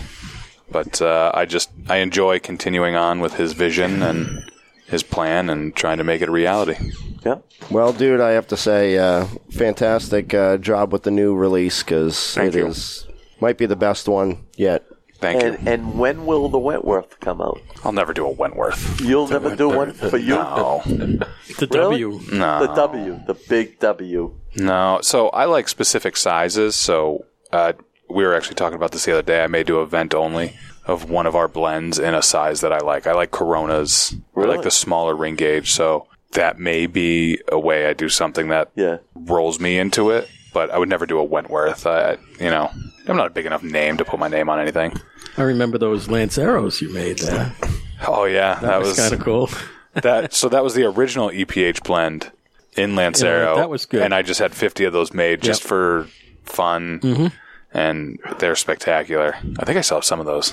But uh, I just I enjoy continuing on with his vision and his plan and trying to make it a reality. Yeah. Well, dude, I have to say, uh, fantastic uh, job with the new release because it Thank is you. might be the best one yet. Thank you. And and when will the Wentworth come out? I'll never do a Wentworth. You'll never do one for you. No. The W. No. The W, the big W. No. So I like specific sizes. So uh, we were actually talking about this the other day. I may do a vent only of one of our blends in a size that I like. I like Coronas. I Really? like the smaller ring gauge. So that may be a way I do something that Yeah. rolls me into it. But I would never do a Wentworth. I, I- you know, I'm not a big enough name to put my name on anything. I remember those lanceros you made there. Oh yeah, that, That was, was kind of cool. that so that was the original EPH blend in Lancero. that was good. And I just had 50 of those made just Yep. Mm-hmm. for fun. And they're spectacular. I think I still have some of those.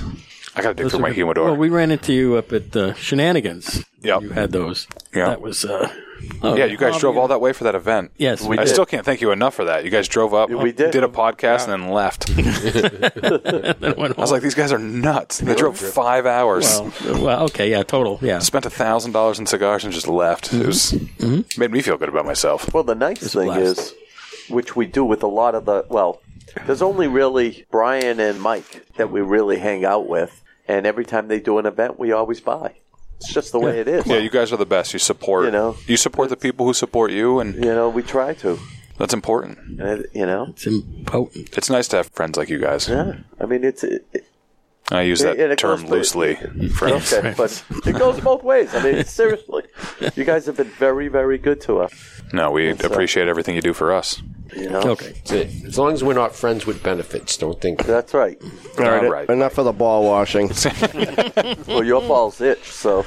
I got to dig through my humidor. Well, we ran into you up at uh, Shenanigans. Yep. You had those. Yeah. That was. Uh, oh, yeah, you guys oh, drove all that way for that event. Yes, we I did. still can't thank you enough for that. You guys drove up, we did. a podcast, and then left. I was like, these guys are nuts. They drove five hours, Well, well, okay, yeah, total, yeah. spent a thousand dollars in cigars, and just left. Mm-hmm. It was made me feel good about myself. Well, the nice thing blast. is, which we do with a lot of the, well, there's only really Brian and Mike that we really hang out with. And every time they do an event, we always buy. It's just the way it is. Yeah, you guys are the best. You support, You know. you support the people who support you, and You know, we try to. that's important. Uh, you know, It's impotent. It's nice to have friends like you guys. yeah. I mean, it's it, it- I use that And it term goes with- loosely. Friends. okay, but it goes both ways. I mean, seriously, you guys have been very, very good to us. No, we uh, appreciate everything you do for us. You know, Okay. That's it. As long as we're not friends with benefits, don't think. that's right. All right, All right. enough of the ball washing. Well, your balls itch, so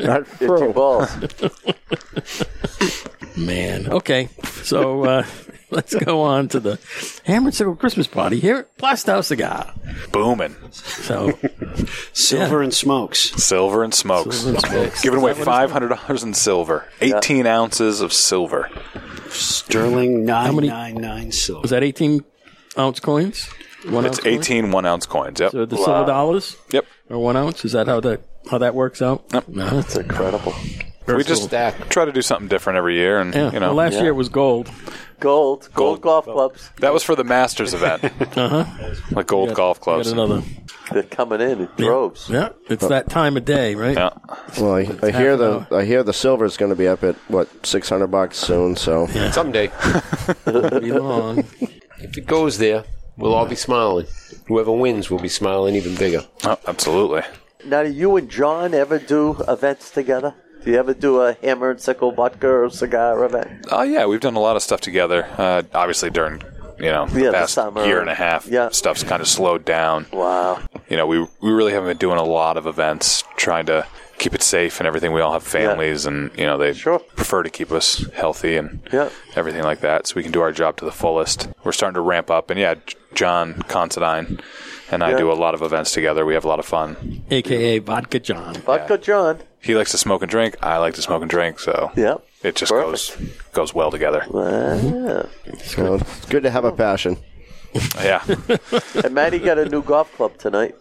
Not itchy true. balls. Man. Okay. So uh, let's go on to the Hammer and Sickle Christmas party here at Plastow Cigar. Booming. So Silver and smokes. Silver and smokes. Giving away five hundred dollars in silver. Eighteen ounces of silver. Sterling many- 999 silver. was that 18 ounce coins? One It's ounce coins? 18 one ounce coins. Yep. So the silver dollars Yep. or one ounce? Is that how that how that works out? Yep. No, that's a Incredible. We just Stack. try to do something different every year, and yeah. you know well, last year it was gold. Gold, gold, Gold. golf clubs. that was for the Masters event, like gold Uh-huh. golf Got clubs. another. They're coming in in droves. Yeah, it's that time of day, right? Yeah. Well, I, I hear the I hear the silver is going to be up at what six hundred bucks soon. So Someday, Be long. if it goes there, we'll all be smiling. Whoever wins will be smiling even bigger. Oh, absolutely. Now, do you and John ever do events together? Do you ever do a hammer and sickle vodka or cigar event? Oh yeah, we've done a lot of stuff together. Uh, obviously during you know the Yeah, the past summer. year and a half, Yeah. stuff's kind of slowed down. Wow. You know, we we really haven't been doing a lot of events, trying to keep it safe and everything. We all have families, and you know they Sure. prefer to keep us healthy and Yeah. everything like that, so we can do our job to the fullest. We're starting to ramp up, and yeah, J- John Considine and I Yeah. do a lot of events together. We have a lot of fun. AKA Vodka John. Vodka John. He likes to smoke and drink. I like to smoke and drink. So Yeah. it just Perfect. goes goes well together. Ah. you know, it's good to have a passion. Yeah. And Maddie got a new golf club tonight.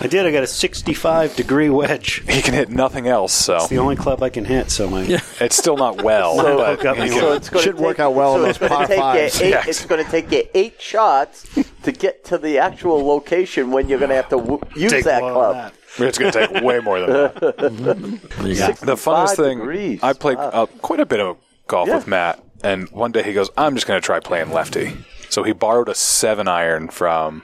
I did. I got a 65 degree wedge. he can hit nothing else, so It's the only club I can hit, so my it's still not well. So- but got he me can- one. it's gonna Should work out well in it's those gonna par take you fives. eight- Yes. It's going to take you eight shots to get to the actual location when you're going to have to w- use take that one of club. that. it's going to take way more than that. The funnest thing, degrees. I played uh, quite a bit of golf Yeah. with Matt, and one day he goes, "I'm just going to try playing lefty." So he borrowed a seven iron from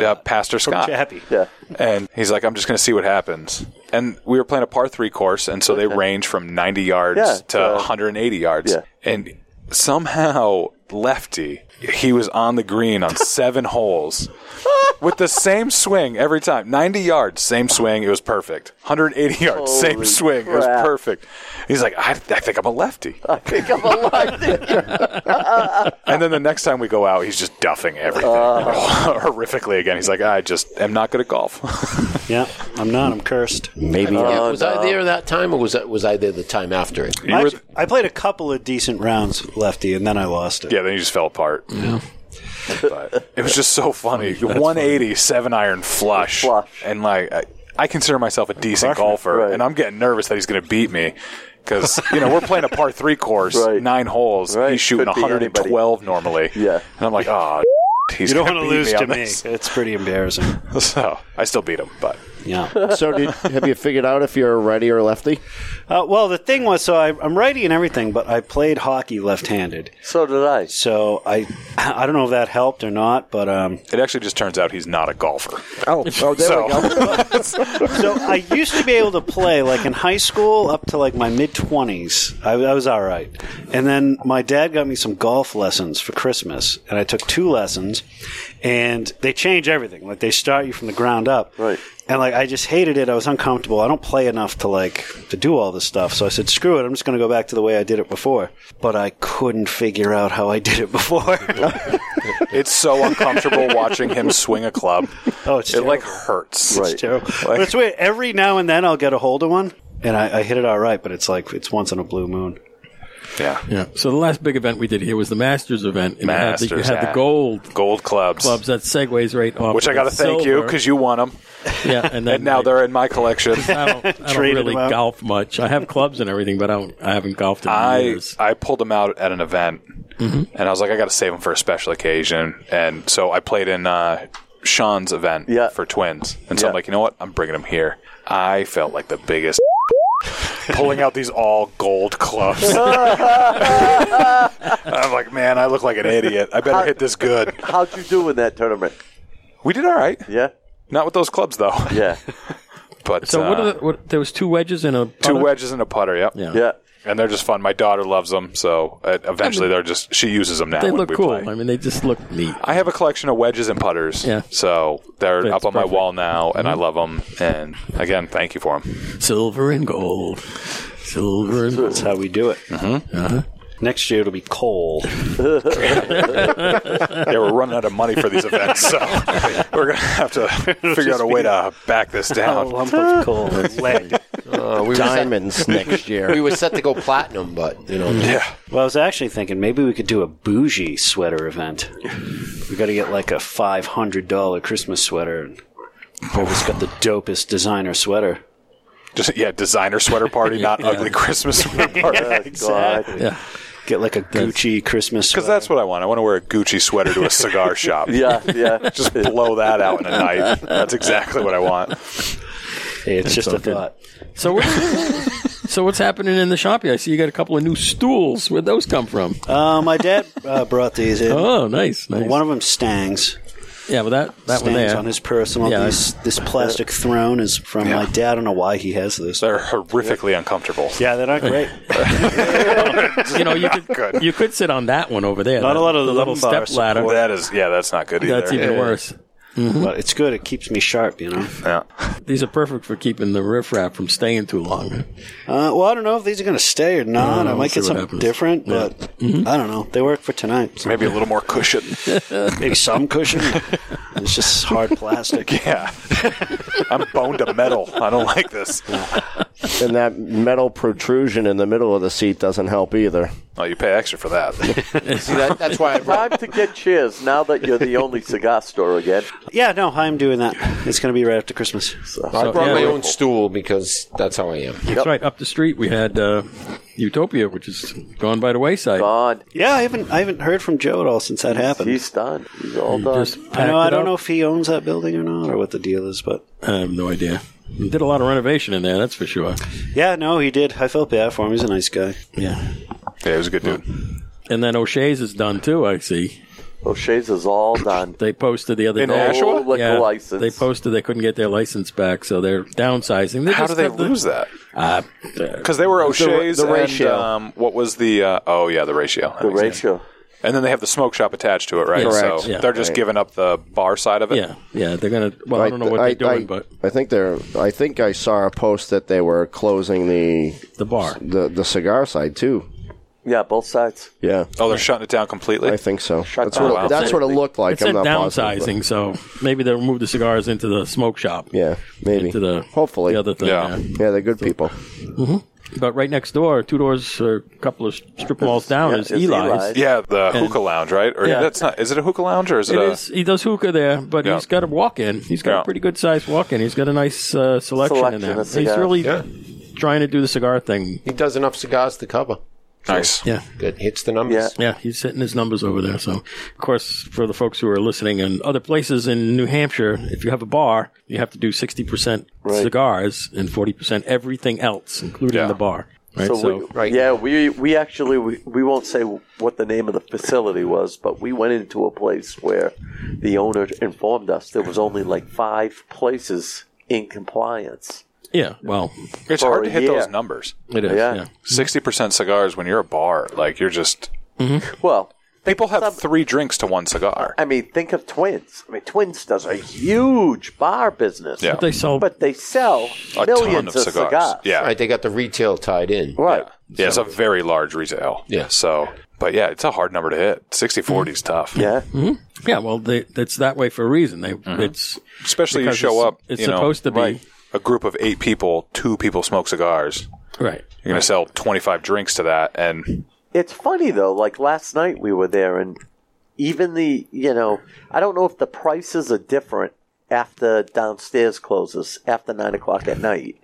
uh, Pastor Scott. Chappy. Ah. Yeah. and he's like, I'm just going to see what happens. And we were playing a par three course, and so they range from 90 yards Yeah, to uh, 180 yards. yeah. And somehow, lefty, he was on the green on seven holes with the same swing every time 90 yards, same swing. It was perfect. 180 yards, same Holy swing. It was crap. perfect. He's like, I, I think I'm a lefty. I think I'm alive. And then the next time we go out, he's just duffing everything Uh. horrifically again. He's like, I just am not good at golf. Yeah, I'm not. I'm cursed. Maybe Yeah, uh, was I there that time, or was I, was I there the time after it? You were- I played a couple of decent rounds lefty, and then I lost it. Yeah, then he just fell apart. But it was just so funny. 180, seven iron flush. Flush. And like, I, I consider myself a decent golfer, right. and I'm getting nervous that he's going to beat me. because you know we're playing a par three course, Right. nine holes. Right. He's shooting Could be 112 normally. Yeah. and I'm like, oh, he's You don't gonna want to beat lose me to on me. this." It's pretty embarrassing. So I still beat him, but Yeah. So, did, have you figured out if you're a righty or a lefty? Uh, well, the thing was, so I, I'm righty and everything, but I played hockey left-handed. So did I. So I, I don't know if that helped or not, but um, it actually just turns out he's not a golfer. Oh, oh, there So- we go. so I used to be able to play like in high school up to like my mid twenties. I, I was all right, and then my dad got me some golf lessons for Christmas, and I took two lessons, and they change everything. Like they start you from the ground up, Right. And like I just hated it. I was uncomfortable. I don't play enough to like to do all this stuff. So I said, screw it. I'm just going to go back to the way I did it before. But I couldn't figure out how I did it before. It's so uncomfortable watching him swing a club. oh, it's it like terrible. hurts. Right. terrible. but it's weird. Every now and then I'll get a hold of one, and I, I hit it all right. But it's like it's once in a blue moon. Yeah. Yeah. So the last big event we did here was the Masters event. And You had Masters, the, you had yeah. the gold Gold clubs, clubs that segues right off. which I got to thank you because you won them, yeah, and, then and now I- they're in my collection. I don't, I don't Traded really them out. golf much. I have clubs and everything, but I don't. I haven't golfed in I years. I pulled them out at an event, Mm-hmm. and I was like, I got to save them for a special occasion, and so I played in uh, Sean's event Yeah. for twins, and so I'm Yeah. like, you know what, I'm bringing them here. I felt like the biggest. Pulling out these all gold clubs. I'm like, man, I look like an idiot. I better hit this good. How'd you do in that tournament? We did all right. Yeah, Not with those clubs, though. yeah, But So what uh, are the, what? There was two wedges and a two putter? wedges and a putter. Yep. Yeah. yeah. And they're just fun. My daughter loves them, so uh, eventually they're just she uses them now. They when look we cool. play. I mean, they just look neat. I have a collection of wedges and putters. Yeah. So they're That's up on my perfect. wall now, and I love them. And again, thank you for them. Silver and gold. Silver and gold. That's how we do it. Next year it'll be coal. yeah, we're running out of money for these events, so we're gonna have to figure out a way to back this A down. lump of coal and lead. Uh, we, were set, Diamonds next we year. were set to go platinum, but you know, Yeah. Well, I was actually thinking maybe we could do a bougie sweater event. We got to get like a five hundred dollar Christmas sweater. and Whoever's got the dopest designer sweater. Just yeah, designer sweater party, not ugly Christmas sweater party. Oh, God. Yeah. Get like a Gucci Christmas Because sweater. that's what I want. I want to wear a Gucci sweater to a cigar shop. Yeah, yeah. Just blow that out in a night. That's exactly what I want. Hey, it's just all a good. thought. So what, so what's happening in the shop here? I see you got a couple of new stools. Where'd those come from? Um, Uh, my dad uh, brought these in. Oh, nice, nice. One of them stangs. yeah, well that that one stands there. on his personal. Yeah. These- this plastic throne is from my dad. I don't know why he has this. They're horrifically uncomfortable. Yeah, they're not great. you know, you Good. could you could sit on that one over there. Not that- a lot of the little lumbar step ladder. Well, that is yeah, that's not good either. That's even worse. but it's good. It keeps me sharp, you know. Yeah. These are perfect for keeping the riffraff from staying too long. Uh, well, I don't know if these are going to stay or not. Uh, I we'll might see get what something happens. different, Yeah. Mm-hmm. but I don't know. They work for tonight. So Maybe a little more cushion. maybe some cushion. it's just hard plastic. Yeah. I'm boned to metal. I don't like this. and that metal protrusion in the middle of the seat doesn't help either. Oh, you pay extra for that. see that, that's why I brought Time to get cheers now that you're the only cigar store again. Yeah, no, I'm doing that. It's going to be right after Christmas. I brought yeah. my own stool because that's how I am. That's right. Up the street, we had uh, Utopia, which is gone by the wayside. Gone. Yeah, I haven't I haven't heard from Joe at all since that happened. He's done. He's all done. Just I packed know I it don't up. know if he owns that building or not, or what the deal is, but I have no idea. He did a lot of renovation in there, that's for sure. yeah, no, he did. I felt bad for him. He's a nice guy. Yeah. yeah, he was a good dude. And then O'Shea's is done too, I see. O'Shea's is all done. They posted the other In day. Nashua? Full liquor Yeah, license. They posted they couldn't get their license back, so they're downsizing. They How do just they have the- lose that? Uh, Because they were O'Shea's the and ratio. um, what was the? Uh, oh yeah, the ratio. The ratio. And then they have the smoke shop attached to it, right? Correct. So Yeah. they're just giving up the bar side of it. yeah, yeah, they're gonna. Well, I, don't know what I- they're doing, I- but I think they're. I think I saw a post that they were closing the the bar. the, the cigar side too. Yeah, both sides. Yeah, Oh, they're shutting it down completely. I think so. that's down. what Wow. it, that's what it looked like. It said I'm not downsizing, Positive, so maybe they'll move the cigars into the smoke shop. but- yeah, maybe. into the Hopefully, the other thing. Yeah. yeah. yeah, they're good people. But right next door, two doors or a couple of strip malls down, yeah, is it's Eli's. Eli's. yeah, the hookah lounge, right? Or Yeah. that's not. Is it a hookah lounge or is it, It a? is. He does hookah there, but Yeah. he's got a walk in. He's got Yeah. a pretty good sized walk in. He's got a nice uh, selection, Selection in there. of He's cigars. really trying to do the cigar thing. He does enough cigars to cover. Nice. Yeah. Good. Hits the numbers. Yeah, he's hitting his numbers over there. So, of course, for the folks who are listening in other places in New Hampshire, if you have a bar, you have to do 60% cigars and 40% everything else, including Yeah. the bar. Right? So, So, we, right. yeah, we we actually we, we won't say what the name of the facility was, but we went into a place where the owner informed us there was only like five places in compliance. yeah, well, It's For hard to a hit year. those numbers. it is. Yeah. yeah. Sixty percent cigars when you're a bar, like you're just Well, people have three drinks to one cigar. I mean, think of Twins. I mean, Twins does a huge bar business. Yeah. But they sell But they sell A millions ton of cigars. Yeah. Right. They got the retail tied in. Right. Yeah, it's a very large retail. Yeah. So, but yeah, it's a hard number to hit. 60 40 is tough. Yeah. Yeah, well, they, it's that way for a reason. They, It's Especially Because you show it's- up. it's you know, supposed to be- right, a group of eight people, two people smoke cigars. right. You're going to sell 25 drinks to that. And It's funny though. Like last night we were there, and even the you know I don't know if the prices are different after downstairs closes after nine o'clock at night.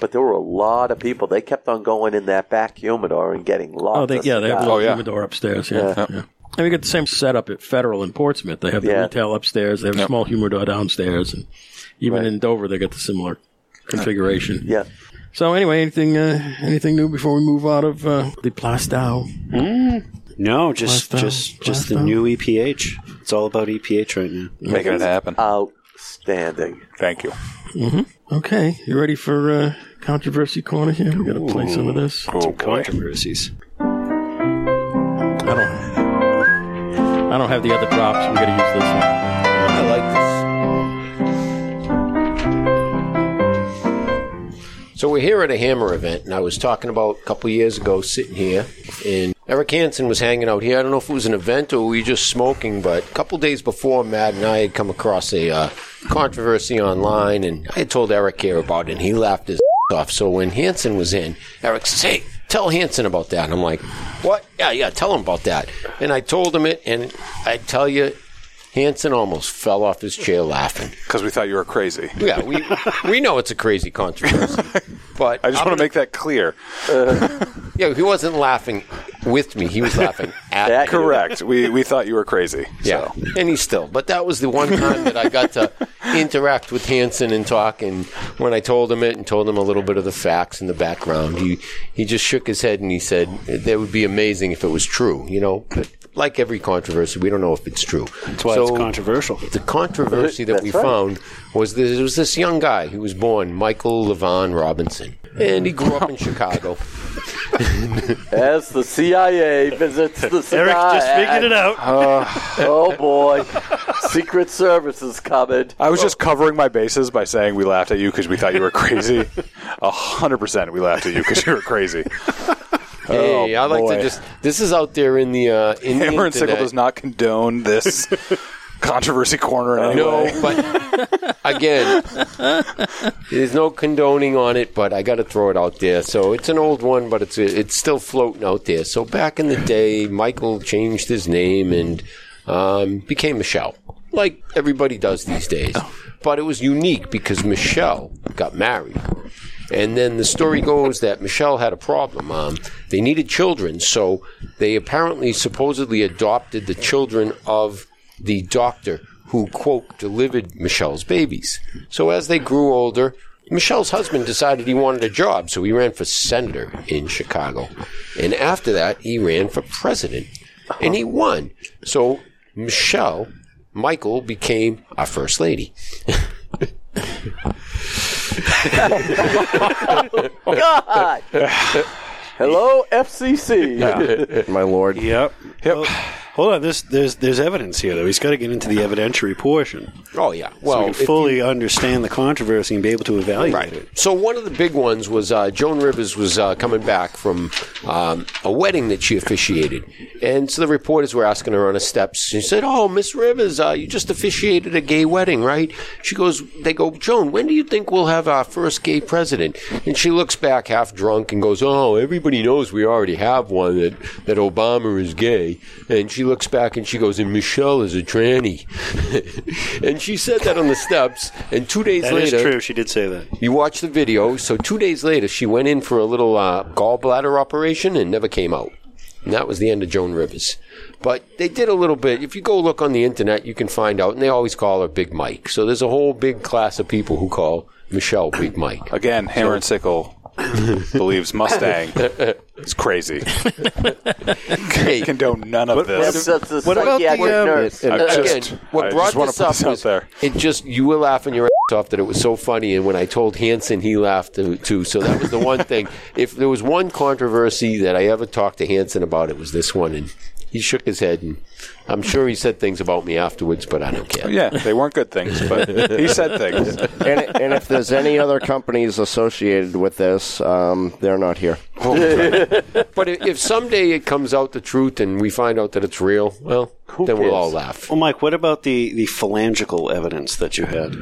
But there were a lot of people. They kept on going in that back humidor and getting lost. Oh, they, yeah, they have the Oh, yeah. humidor upstairs. Yeah, yeah. And we get the same setup at Federal in Portsmouth. They have the Yeah. retail upstairs. They have a small humidor downstairs, and even in Dover they get the similar configuration. yeah. So anyway, anything uh, anything new before we move out of uh, the Plastow? Mm, No, just Last just time. just Last the time. new EPH. It's all about EPH right now. making it happen. Uh, outstanding. Thank you. Okay, you ready for uh, controversy corner here? We got to play some of this. Oh, boy. Controversies. I don't. I don't have the other props. We got to use this one. I like this. So we're here at a Hammer event, and I was talking about a couple years ago sitting here, and Eric Hansen was hanging out here. I don't know if it was an event or we were just smoking, but a couple days before, Matt and I had come across a uh, controversy online, and I had told Eric here about it, and he laughed his off. So when Hansen was in, Eric says, "Hey, tell Hansen about that." And I'm like, "What? Yeah, yeah, tell him about that." And I told him it, and I tell you, Hansen almost fell off his chair laughing. Because we thought you were crazy. Yeah, we we know it's a crazy controversy, but I just want to make that clear. yeah, he wasn't laughing with me. He was laughing at That- me. Correct. we we thought you were crazy. Yeah, So. and he's still. But that was the one time that I got to interact with Hanson and talk. And when I told him it and told him a little bit of the facts and the background, he he just shook his head and he said that would be amazing if it was true. You know, but like every controversy, we don't know if it's true. That's why it's controversial. the controversy that we That's right. found was that there was this young guy who was born Michael Levon Robinson, and he grew up in Chicago. As the CIA visits the Eric cigar just figured it act. out. Oh boy, Secret Service is coming. I was Oh. just covering my bases by saying we laughed at you because we thought you were crazy. A hundred percent, we laughed at you because you were crazy. Oh, Hey, I like boy. to just this is out there in the uh, in the Hammer and Sickle internet. does not condone this controversy corner in any way. No, but again, there's no condoning on it. But I got to throw it out there. So it's an old one, but it's it's still floating out there. So back in the day, Michael changed his name and um, became Michelle, like everybody does these days. But it was unique because Michelle got married. And then the story goes that Michelle had a problem. Um, they needed children, so they apparently supposedly adopted the children of the doctor who, quote, delivered Michelle's babies. So as they grew older, Michelle's husband decided he wanted a job, so he ran for senator in Chicago. And after that, he ran for president. And he won. So Michelle, Michael, became our first lady. God. Hello, FCC. My lord. Yep. Yep. hold on. There's there's there's evidence here though. He's got to get into the evidentiary portion Oh, yeah. so we Well, can fully understand the controversy and be able to evaluate it. So one of the big ones was uh, Joan Rivers was uh, coming back from um, a wedding that she officiated, and so the reporters were asking her on the steps. She said, "Oh, Miss Rivers, uh, you just officiated a gay wedding, right?" She goes, "They go, Joan, when do you think we'll have our first gay president?" And she looks back half drunk and goes, "Oh, everybody knows we already have one that that Obama is gay," and she looks back and she goes, "And Michelle is a tranny," and she said that on the steps. And two days That is later, true. She did say that. you watch the video. So two days later, she went in for a little uh, gallbladder operation and never came out. And that was the end of Joan Rivers. But they did a little bit. If you go look on the internet, you can find out. And they always call her Big Mike. So there's a whole big class of people who call Michelle Big Mike. Again, Hammer and Sickle believes Mustang. It's crazy. Hey, Condone none of That's, this. that's a what about the, psychiatric um, nurse. uh, I again, just- I what just brought wanna this put up this out was there. it just you were laughing your ass off that it was so funny, and when I told Hanson, he laughed too- too. So that was the one thing. If there was one controversy that I ever talked to Hanson about, it was this one, and he shook his head. And I'm sure he said things about me afterwards, but I don't care. Yeah, they weren't good things, but he said things. and, and if there's any other companies associated with this, um, they're not here. But i- if someday it comes out the truth and we find out that it's real, well, then we'll all laugh. Well, Mike, what about the, the phalangical evidence that you had?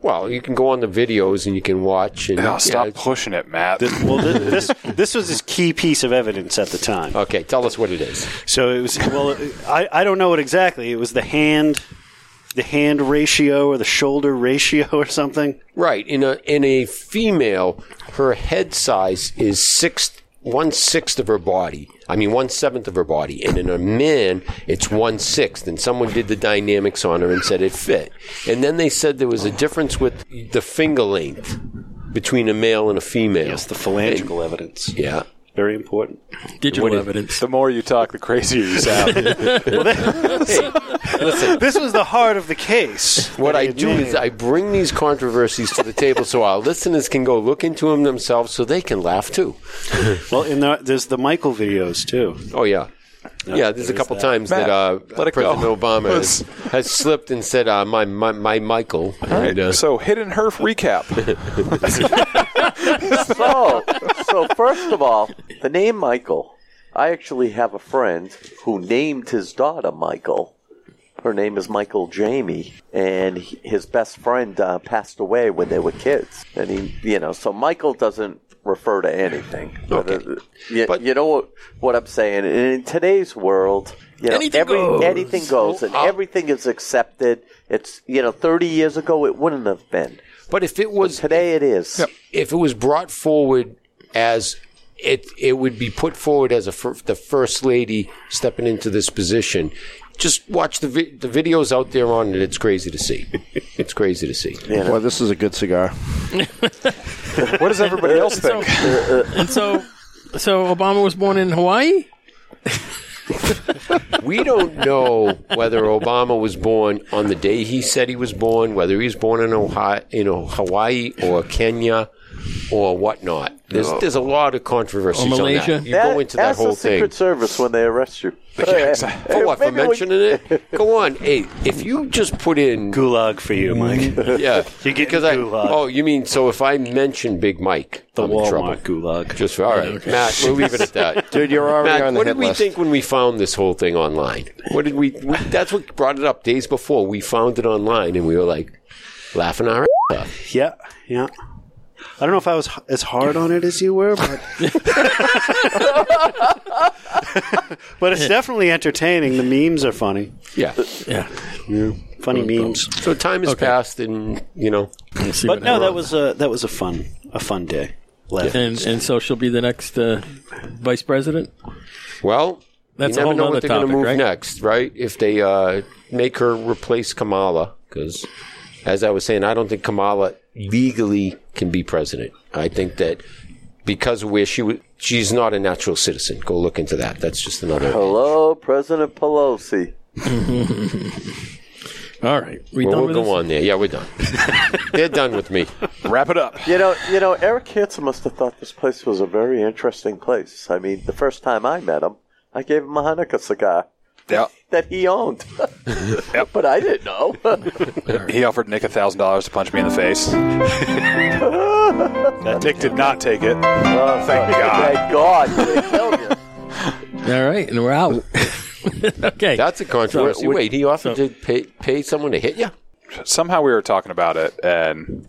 Well, you can go on the videos and you can watch. And Oh, stop yeah, pushing it, Matt. This, well, thi- this this was his key piece of evidence at the time. Okay, tell us what it is. So it was. Well, I, I don't know it exactly. It was the hand, the hand ratio or the shoulder ratio or something. Right. In a in a female, her head size is sixth one sixth of her body. I mean one seventh of her body. And in a man, it's one sixth. And someone did the dynamics on her and said it fit. And then they said there was a difference with the finger length between a male and a female. Yes, the phalangical evidence. yeah. Very important. Digital What is- evidence. The more you talk, the crazier you sound. This was the heart of the case. What that he I had do made. is I bring these controversies to the table so our listeners can go look into them themselves so they can laugh too. well, and there, there's the Michael videos too. Oh yeah. yeah, there's a couple times Matt, that uh, let it President go. Obama Let's- has, has slipped and said, uh, "My my my Michael." And, uh, So, hidden herf recap. so, so first of all, the name Michael. I actually have a friend who named his daughter Michael. Her name is Michael Jamie, and he- his best friend uh, passed away when they were kids. And he, you know, so Michael doesn't refer to anything. But, uh, Okay. you, But- you know what, what I'm saying? In today's world, you know, Anything every, goes. anything goes, and Well, I'll- everything is accepted. It's you know, 30 years ago, it wouldn't have been. but if it was Today, it is. if it was brought forward as it it would be put forward as a fir- the first lady stepping into this position. Just watch the vi- the videos out there on it. It's crazy to see. It's crazy to see. Well, this is a good cigar. What does everybody else think? And so, so Obama was born in Hawaii. We don't know whether Obama was born on the day he said he was born, whether he was born in Ohio, in Hawaii or Kenya or whatnot. There's there's a lot of controversies Or Malaysia. on that. You go into that ask whole the thing Secret Service when they arrest you. for what? For Maybe we- mentioning it? Go on. Hey, if you just put in Gulag for you, Mike. the yeah, You're getting because I gulag. oh you mean so if I mention Big Mike, I'm in trouble. Walmart gulag. Just for all right, Matt. We'll leave it at that. Dude, you're already Matt, on the what hit did we list. think when we found this whole thing online? What did we, we? That's what brought it up days before. We found it online, and we were like laughing our. ass off. Yeah, yeah. I don't know if I was h- as hard on it as you were, but but it's definitely entertaining. The memes are funny, Yeah. funny memes. So time has passed, and you know. Let's see But what no, that happens. was a that was a fun a fun day. Laugh. And and so she'll be the next uh, vice president. Well, That's you a never whole know nother what they're gonna topic, move right? next, right? If they uh, make her replace Kamala, because as I was saying, I don't think Kamala legally can be president. I think that because of where she was, she's not a natural citizen. Go look into that. That's just Oh, another. Hello, President Pelosi. All right, we Well, done we'll with go this? on there. Yeah, we're done. They're done with me. Wrap it up. You know, you know, Eric Hansen must have thought this place was a very interesting place. I mean, the first time I met him, I gave him a Hanukkah cigar Yeah. that he owned, but I didn't know. Oh, He offered Nick a thousand dollars to punch me in the face. Nick did not take it. thank God. Thank God, they killed you. All right, and we're out. okay, That's a controversy. would- Wait, he offered to pay, pay someone to hit you? Somehow we were talking about it, and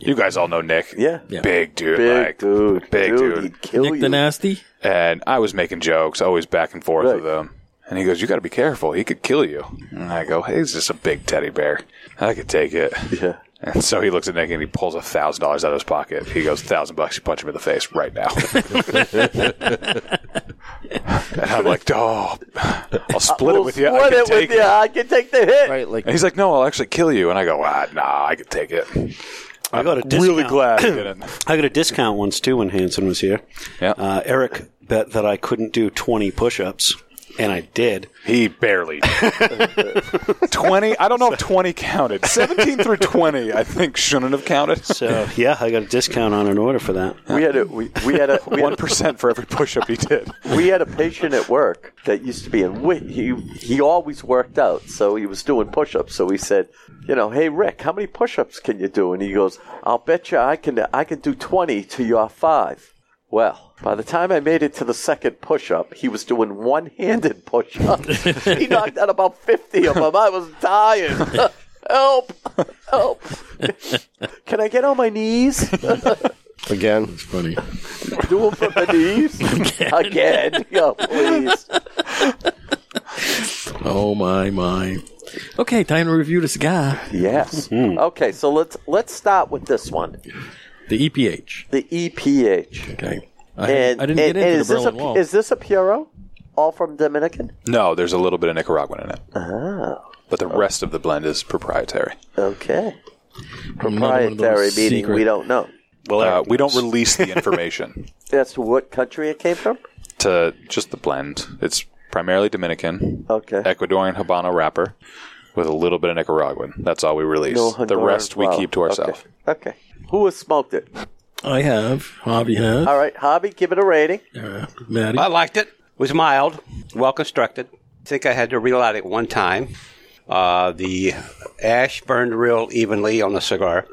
you guys all know Nick. Yeah. Yeah. big dude, Big like dude, big dude. he'd kill Nick you. the nasty. And I was making jokes, always back and forth Right. with him. And he goes, "You got to be careful. He could kill you." And I go, "Hey, he's just a big teddy bear. I could take it." Yeah. And so he looks at Nick and he pulls a thousand dollars out of his pocket. He goes, thousand bucks, you punch him in the face right now. and I'm like, oh, I'll split it with you. I Split can it take with you. I can take the hit. right? Like And he's like, no, I'll actually kill you. And I go, ah, nah, I can take it. I got a discount. Really glad I didn't. I got a discount once too when Hanson was here. Yeah. Uh, Eric bet that I couldn't do 20 push-ups, and I did. He barely. 20? I don't know if 20 counted. 17 through 20, I think, shouldn't have counted. So yeah, I got a discount on an order for that. We had a we, we had a we had, 1% for every push up he did. we had a patient at work that used to be in Whit. He he always worked out, so he was doing push-ups. So we said, you know, hey Rick, how many push-ups can you do? And he goes, I'll bet you I can I can do twenty to your five. Well, by the time I made it to the second push-up, he was doing one-handed push-ups. he knocked out about fifty of them. I was dying. Help! Help! Can I get on my knees? again, Funny. Do them from the knees again. Yeah, please. Oh my my. Okay, time to review the cigar. Yes. Okay, so let's let's start with this one, The E EPH. the EPH. Okay. I, I didn't get into and the is this Berlin a, Wall. Is this a Puro? All from Dominican? No, there's a little bit of Nicaraguan in it. Oh, But the rest of the blend is proprietary. okay. Another one of those Proprietary meaning secret- we don't know. Well, uh, we don't release the information That's what country it came from. to just the blend. It's primarily Dominican, Okay. Ecuadorian Habano wrapper with a little bit of Nicaraguan. That's all we release. No the Honduran rest we flower. keep to ourselves. Okay. okay. Who has smoked it? I have. Hobby has. All right, Hobby, give it a rating. Uh, Maddie. I liked it. It was mild, well constructed. I think I had to reel out it one time. Uh, the ash burned real evenly on the cigar.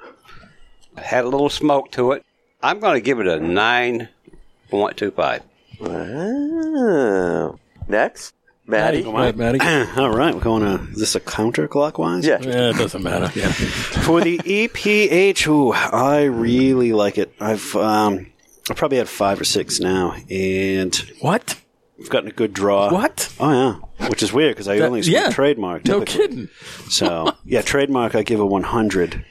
Had a little smoke to it. I'm going to give it a 9.25. Oh. Next, Maddie. All right, Maddie. yeah, All right, we're going to. Is this a counterclockwise? Yeah. it doesn't matter. Yeah. for the EPH, ooh, I really like it. I've um, I probably had five or six now, and What? I've gotten a good draw. What? Oh yeah, which is weird because I only smoke yeah. trademark. No typically. kidding. So yeah, trademark I give a 100.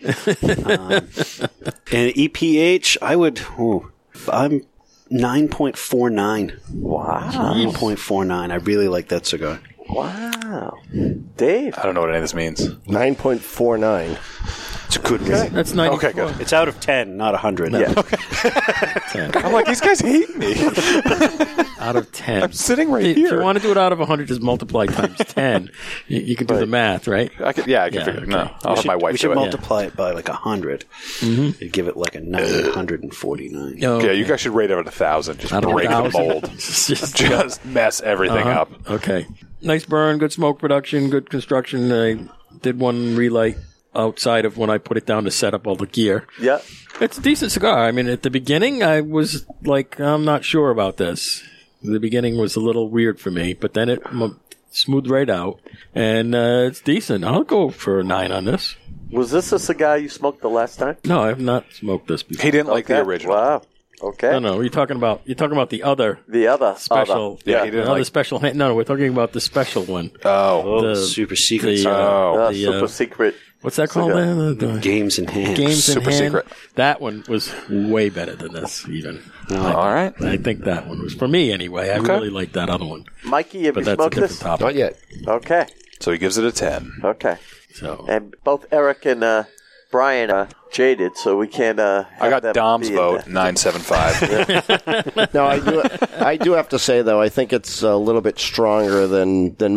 um, and EPH I would. Ooh, I'm 9.49. Wow. 9.49. I really like that cigar. Wow. Dave. I don't know what any of this means. nine point four nine. It's a good rating. That's 90. Okay, good. It's out of 10, not 100. Yeah. I'm like, these guys hate me. Out of 10. I'm sitting right if here. you want to do it out of 100, just multiply times 10. You, you can do the math, right? I could, yeah, I can Yeah, figure okay. it No, I'll have my we wife should do it. multiply it by like 100. You'd give it like a 949. No. Yeah, you guys should rate it at a thousand. Just Oh, Out of break the 1,000. mold. Just- just mess everything Uh-huh. up. Okay. Nice burn, good smoke production, good construction. I did one relight outside of when I put it down to set up all the gear. Yeah. It's a decent cigar. I mean, at the beginning, I was like, I'm not sure about this. The beginning was a little weird for me, but then it m- smoothed right out, and uh, it's decent. I'll go for a nine on this. Was this a cigar you smoked the last time? No, I've not smoked this before. He didn't like the Okay. original. Wow. Okay. No, no, you're talking about you're talking about the other The other special. other. Yeah, he didn't Oh, another like- special. hand- No, no, we're talking about the special one. Oh, Oh, The- super secret the, cigar. uh, oh, Uh, the, super uh, secret. What's that called? Cigar. Uh, the- games in hand. games in Super hand. secret. That one was way better than this, even. all right. I think that one was for me anyway. I Oh. Okay. really like that other one, Mikey, have but you that's a smoked different this? topic. Not yet. Okay. So he gives it a ten. Okay. So And both Eric and uh, Brian are jaded, so we can't. Uh, I have got them Dom's be in vote, there. nine seven five. No, I do. I do have to say though, I think it's a little bit stronger than than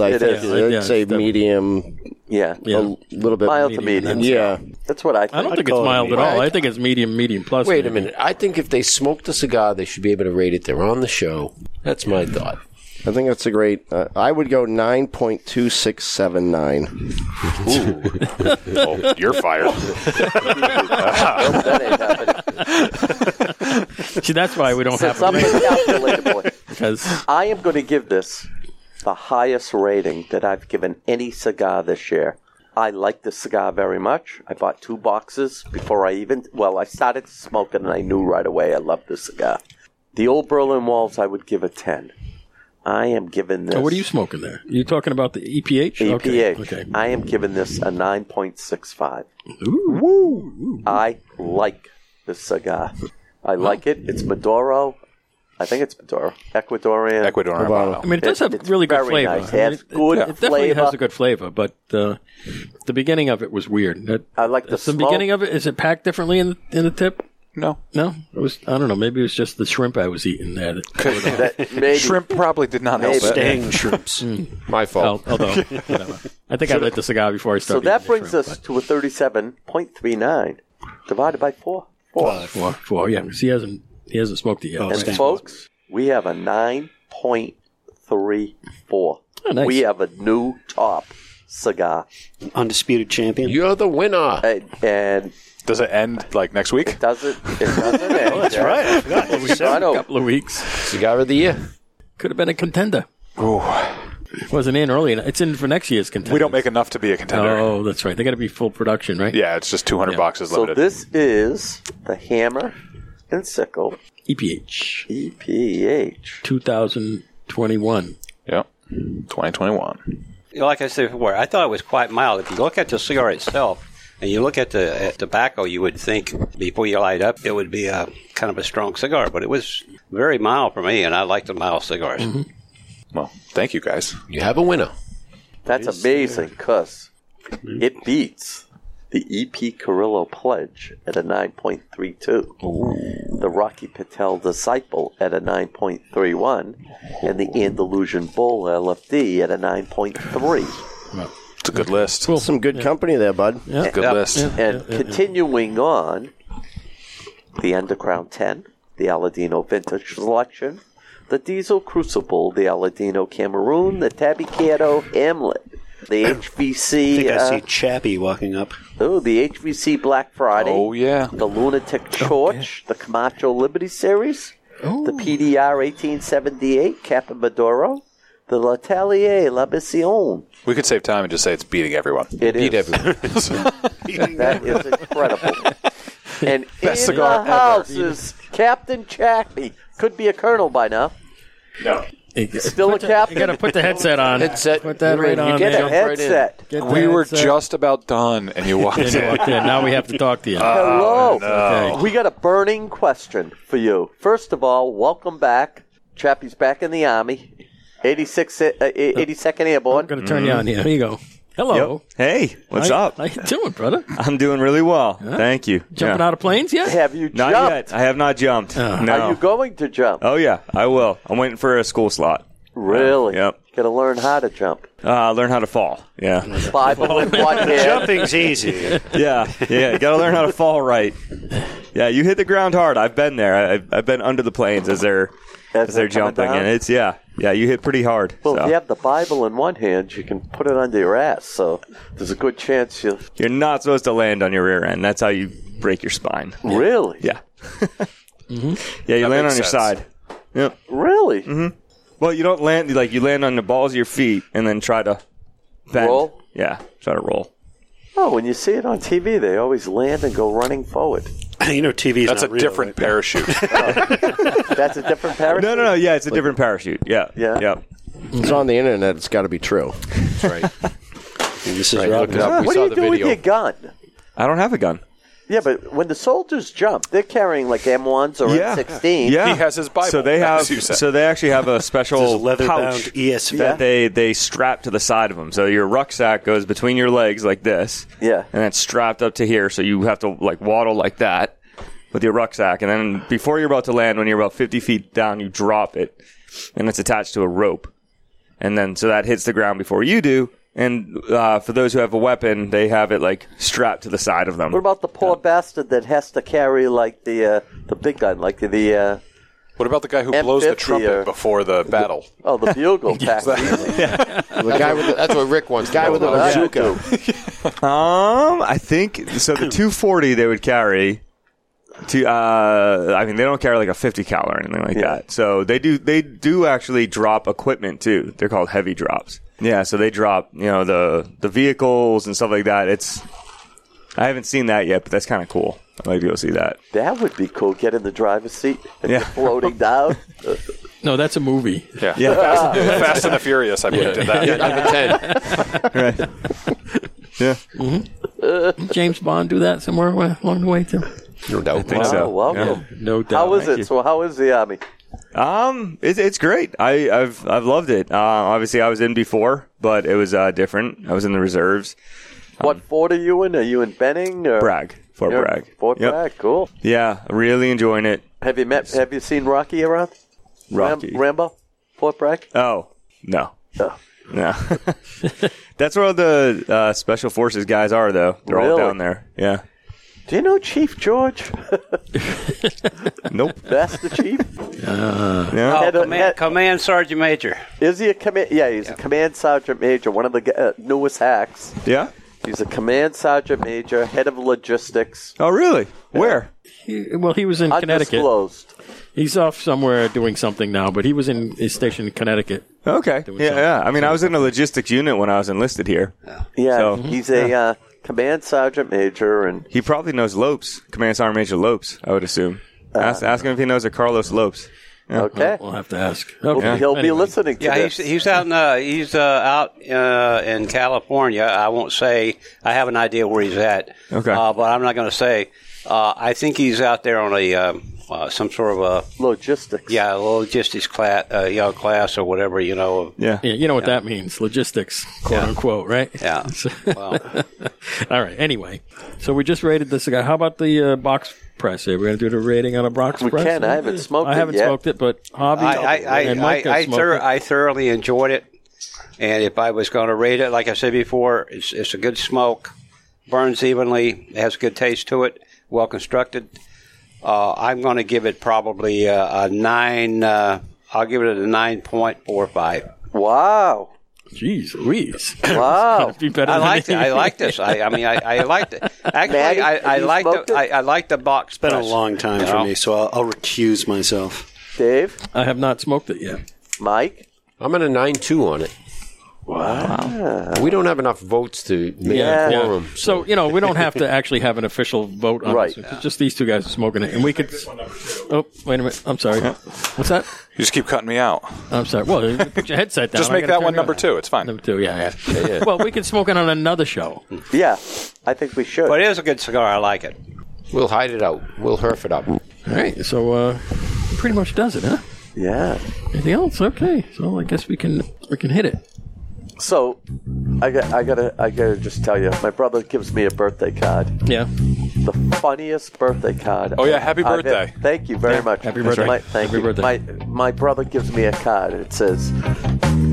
Mild, I it think is. I'd Yeah, say it's the- medium, Yeah. yeah. a little bit Mild to Medium, medium. Yeah, That's what I think. I don't think it's call it mild at medium. all. I think it's medium, medium plus. Wait a maybe. minute. I think if they smoked a cigar, they should be able to rate it. They're on the show. That's my thought. I think that's a great. Uh, I would go nine point two six seven nine. oh, you're fired. Nope, that ain't happening. See, that's why we don't Since have I'm a rating, incalculable, because I am going to give this the highest rating that I've given any cigar this year. I like this cigar very much. I bought two boxes before I even, well, I started smoking and I knew right away I loved this cigar. The old Berlin Walls, I would give a 10. I am giving this. Oh, what are you smoking there? You're talking about the EPH? Okay. EPH. okay. I am giving this a 9.65. Ooh. I like this cigar. I like it. It's Maduro. I think it's Maduro. Ecuadorian. Ecuadorian Habano. I mean, it does have it's really good very flavor. nice. I mean, It has good it definitely flavor. has a good flavor, but uh, the beginning of it was weird. That, I like the the smoke. beginning of it is it packed differently in the, in the tip? No. No, it was. I don't know. Maybe it was just the shrimp I was eating there. That, that maybe Shrimp probably did not help Maybe. it. Dang shrimps. My al- fault. although, whatever. I think I lit the cigar before I So started. that brings us to a 37.39 divided by us 4. Uh, four, four. Yeah, 'cause he hasn't he hasn't smoked it yet. And folks, we have a 9.34. Oh, nice. We have a new top cigar. Undisputed champion. You're the winner. And, and Does it end like next week? doesn't, it doesn't end. that's right. I forgot. It was I seven. know. couple of weeks Cigar of the year. could have been a contender. It wasn't in early. enough. It's in for next year's contender. We don't make enough to be a contender. Oh, that's right. They got to be full production, right? Yeah, it's just 200 boxes So limited. this is the Hammer and Sickle E EPH EPH. 2021. yep. 2021. like I said before, I thought it was quite mild. If you look at the cigar itself and you look at the at tobacco, you would think before you light up it would be a kind of a strong cigar, but it was very mild for me, and I like the mild cigars. Well, thank you guys. You have a winner. That's amazing because it beats the EP Carrillo Pledge at a 9.32, the Rocky Patel Disciple at a 9.31, and the Andalusian Bull LFD at a 9.3. It's a good list. Some good company there, bud. It's a good list. And continuing on, the Underground 10, the Aladino Vintage Selection, the Diesel Crucible, the Aladino Cameroon, the Tabicato Hamlet, the HVC. I think I uh, see Chappie walking up. Oh, the HVC Black Friday. Oh, yeah. Oh, The Lunatic Church, the Camacho Liberty Series, the PDR 1878, Kappa Maduro, the L'Atelier La Mission. We could save time and just say it's beating everyone. It Beat is. everyone. That is incredible. and in cigar the house is Captain Chappie. Could be a colonel by now. Still You a got to captain. put the headset on. Headset. Put that You're right in. on. You Get man. a Jump right in. headset. Get the We were headset. just about done, and you walked And in. walked in. Now we have to talk to you. Uh, Oh, Hello. Okay. Oh, We got a burning question for you. First of all, welcome back. Chappie's back in the Army. 86, uh, 82nd Airborne. I'm going to turn you on here. Here you go. Hello. Oh. Hey, what's How you- up? How you doing, brother? I'm doing really well. Thank you. Jumping Yeah. out of planes yet? Have you Not jumped? yet. I have not jumped. no. Are you going to jump? oh yeah, I will. I'm waiting for a school slot. Really? Yep. Got to learn how to jump. Uh, learn how to fall. Yeah. Bible in one hand. Jumping's easy. yeah. Yeah. Got to learn how to fall right. Yeah. You hit the ground hard. I've been there. I, I've, I've been under the planes as they're As as, they're they're coming jumping, down? and it's yeah, yeah. You hit pretty hard. Well, so. if you have the Bible in one hand, you can put it under your ass. So there's a good chance you You're not supposed to land on your rear end. That's how you break your spine. really, Yeah. Yeah. You land on Mm-hmm. makes your sense. side. Yep. really Mm-hmm. Well, you don't land like you land on the balls of your feet and then try to bend. roll. Yeah, try to roll. Oh, when you see it on TV, they always land and go running forward. you know, TV's That's a not real, different parachute. That's a different parachute. No, no, no. Yeah, it's a different parachute. Yeah, Yeah. yeah. It's on the internet. It's got to be true. right? This is Right, Rob. look it up. We What do saw you the do with your video. gun? I don't have a gun. Yeah, but when the soldiers jump, they're carrying like M1s or Yeah, M16. Yeah, He has his Bible. So they That's have. what you said. So they actually have a This special is leather-bound pouch ESV. that they they strap to the side of them. So your rucksack goes between your legs like this. Yeah. and it's strapped up to here. So you have to like waddle like that with your rucksack, and then before you're about to land, when you're about 50 feet down, you drop it, and it's attached to a rope, and then so that hits the ground before you do. And uh, for those who have a weapon, they have it like strapped to the side of them. What about the poor bastard that has to carry like the uh, the big gun, like the, the uh, what about the guy who blows the M50 or- trumpet before the battle? oh the bugle pack? The guy with the, That's what Rick wants. guy to with the know about. bazooka. Um, I think so. The 240 they would carry. To uh, I mean, they don't carry like a 50 cal or anything like that. So they do. They do actually drop equipment too. They're called heavy drops. Yeah. So they drop you know the the vehicles and stuff like that. It's I haven't seen that yet, but that's kind of cool. I might be able to see that. That would be cool. Get in the driver's seat and Yeah. you're floating down. No, that's a movie. Yeah. Fast, Fast and the Furious, I believe, did that. right. Yeah. James Bond do that somewhere along the way too. No doubt. I think so. Yeah. No doubt. Oh, How is Thank it? you. So how is the army? Um, it's it's great. I, I've I've loved it. Uh, obviously, I was in before, but it was uh, different. I was in the reserves. What fort are you in? Are you in Benning? Or Um, Bragg, Fort You're- Bragg. Fort Yep. Bragg. Cool. Yeah, really enjoying it. Have you met? Have you seen Rocky around? Ram- Rocky. Uh, Rambo. Fort Bragg. Oh no, Oh. no. That's where all the uh, special forces guys are, though. They're all Really? down there. Yeah. Do you know Chief George? Nope. That's the chief. Yeah. Oh, Head of- command, command Sergeant Major. Is he a command? Yeah, he's a command sergeant major. One of the g- uh, newest hacks. Yeah. He's a command sergeant major, head of logistics. Oh, really? Where? He- well, he was in Connecticut. Undisclosed. He's off somewhere doing something now, but he was in his station in Connecticut. Okay. Doing Yeah, something. yeah. I mean, I was in a logistics unit when I was enlisted here. Yeah, So- he's a uh, command sergeant major, and He probably knows Lopes, Command Sergeant Major Lopes. I would assume. ask, ask him if he knows a Carlos Lopes. Yeah. Uh, okay, We'll have to ask. Well, Okay. he'll be Anyway. listening to Yeah, this. he's, he's out in uh, he's uh, out uh, in California. I won't say. I have an idea where he's at. Okay. uh, but I'm not going to say. Uh, I think he's out there on a um, uh, some sort of a logistics. yeah logistics class, uh, you know, class or whatever. You know. Yeah. Yeah, you know what that means. Logistics, quote Yeah. unquote, right? Yeah. Well, All right. Anyway, so we just rated this cigar. How about the uh, box press? Are we going to do the rating on a box We press? can. I haven't smoked I it haven't yet. smoked it, but Hobby I I I, and I, Mike have I, smoked thor- it. I thoroughly enjoyed it, and if I was going to rate it, like I said before, it's it's a good smoke, burns evenly, has good taste to it, well constructed. Uh, I'm going to give it probably uh, a nine. Uh, I'll give it a nine point four five. Wow, Oh, Jeez Louise. wow. Be better I than liked it. I me. liked this. I, I mean, I, I liked it. Actually, Maddie, I, I you liked smoked the it? I, I liked the box. It's been a press. long time for No. me, so I'll, I'll recuse myself. Dave, I have not smoked it yet. Mike. I'm at a nine two on it. Wow. We don't have enough votes to make a quorum. Uh, So you know, we don't have to actually have an official vote on Right. this. It's Just these two guys are smoking it, and we could. Oh, wait a minute. I'm sorry. What's that? You just keep cutting me out. I'm sorry. Well, put your headset down. Just I make gotta that turn one it number on. two. It's fine. Number two. Yeah, yeah. well, we could smoke it on another show. Yeah, I think we should. But it is a good cigar. I like it. We'll hide it out. We'll herf it up. All right. So, uh, pretty much does it, huh? yeah. Anything else? Okay. So I guess we can we can hit it. So, I got, I gotta, I gotta just tell you, my brother gives me a birthday card. Yeah. the funniest birthday card. Oh, yeah, happy I've- birthday. thank you very much. happy birthday. My, thank Happy you. birthday. My, my brother gives me a card. It says,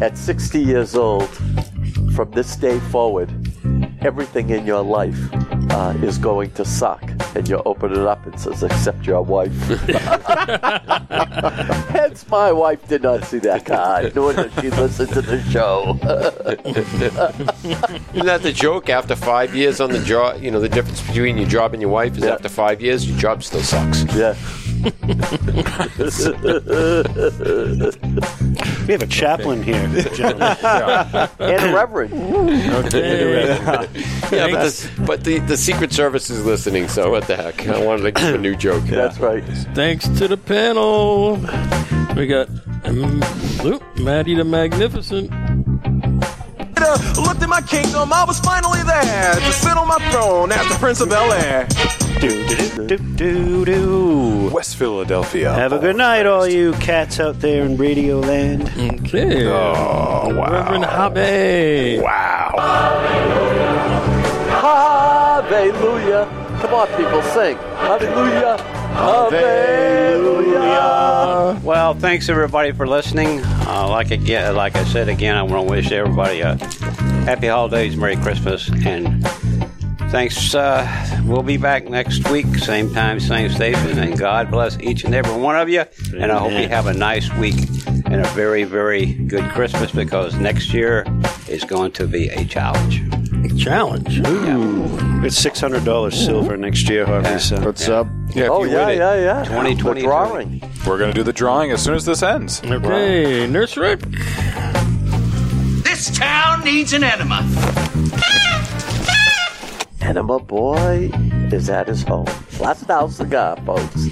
"At 60 years old, from this day forward, everything in your life uh, is going to suck." And you open it up. It says, "Except your wife." Hence, my wife did not see that card, nor did she listen to the show. Isn't that the joke? After five years on the job, you know, the difference between your job and your wife is Yeah. after five years, your job still sucks. yeah. We have a chaplain here, gentlemen. And Reverend. Yeah, but, the, but the, the Secret Service is listening, so what the heck? I wanted to keep a new joke. That's right. Thanks to the panel. We got um, Luke, Maddie the Magnificent. Looked at my kingdom, I was finally there to sit on my throne as the Prince of Bel Air. do, do, do, do, do. West Philadelphia. Have a good night, all you cats out there in Radio Land. Okay. Oh, wow. Reverend Habe. Wow. Hallelujah. Come on, people, sing. Hallelujah. Hallelujah. Well, thanks everybody for listening. Uh, like again, like I said again, I want to wish everybody a happy holidays, Merry Christmas, and thanks. Uh, we'll be back next week, same time, same station, and God bless each and every one of you. And I hope you have a nice week and a very, very good Christmas because next year is going to be a challenge. Challenge. It's $600 silver next year, Harvey. Uh, So. What's up? Yeah, if Oh, you yeah, win it, yeah, yeah. 2020. The drawing. We're going to do the drawing as soon as this ends. Mm. Okay, Nurse Rick. This town needs an enema. Enema Boy is at his home. Last house cigar, folks.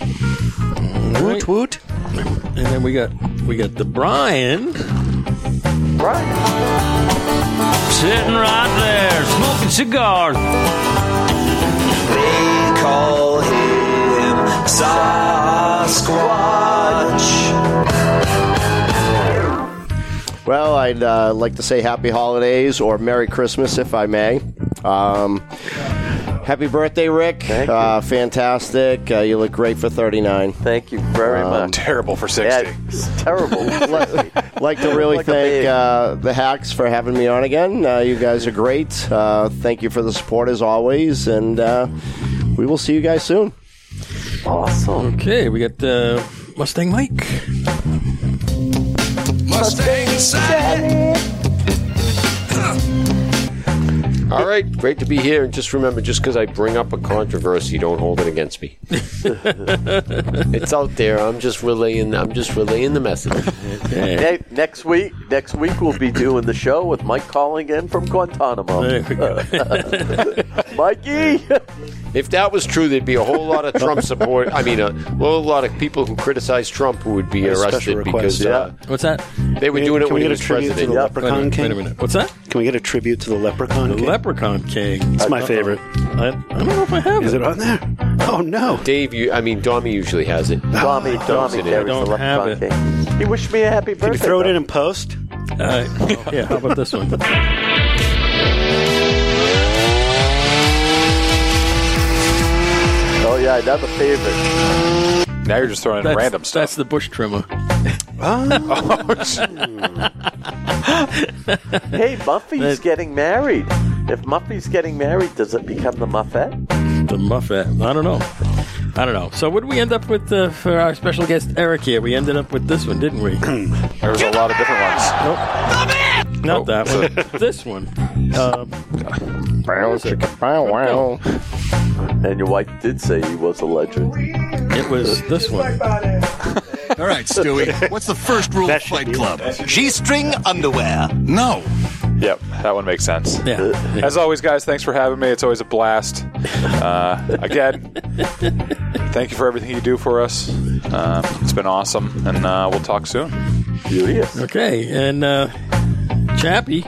Woot woot. And then we got We got the Brian. Sitting right there, smoking cigars. They call him Sasquatch. Well, I'd uh, like to say happy holidays or Merry Christmas, if I may. Um, happy birthday, Rick. Uh, fantastic. Uh, you look great for 39. Thank you very much. Terrible for 60. terrible. like, like to really Like a thank uh, the Hacks for having me on again. Uh, you guys are great. Uh, thank you for the support as always, and uh, we will see you guys soon. Awesome. Okay, we got uh, Mustang Mike. Mustang said. All right, great to be here. And just remember, just because I bring up a controversy, don't hold it against me. it's out there. I'm just relaying. I'm just relaying the message. Ne- next week, next week we'll be doing the show with Mike calling in from Guantanamo. Mikey. If that was true, there'd be a whole lot of Trump support. I mean, a whole lot of people who criticize Trump who would be A special arrested because request, uh, What's that? they were doing it Can when we he get a was tribute president. to the Leprechaun King? What's that? Can we get a tribute to the Leprechaun King? Leprechaun King. It's my favorite. I, I don't know if I have Is it on there? Oh no, Dave. You, I mean, Domi usually has it. Domi, Dom's Domi in it. carries the left He wished me a happy birthday. Can you throw it in and post? yeah, how about this one? Oh yeah, another favorite. Now you're just throwing in That's- random stuff. That's the bush trimmer. Hey, Muffy's getting married. If Muffy's getting married, does it become the Muffet? The Muffet. I don't know. I don't know. So what did we end up with uh, for our special guest Eric here? We ended up with this one, didn't we? there was a lot of different ones. Nope. Not that one. this one. Um, Brown chicken, brown wow. And your wife did say he was a legend. It was this one. All right, Stewie. What's the first rule of Fight Club? G-string underwear. No. Yep, that one makes sense. Yeah. As always, guys, thanks for having me. It's always a blast. Uh, again, thank you for everything you do for us. Um, it's been awesome, and uh, we'll talk soon. Okay, and uh, Chappie,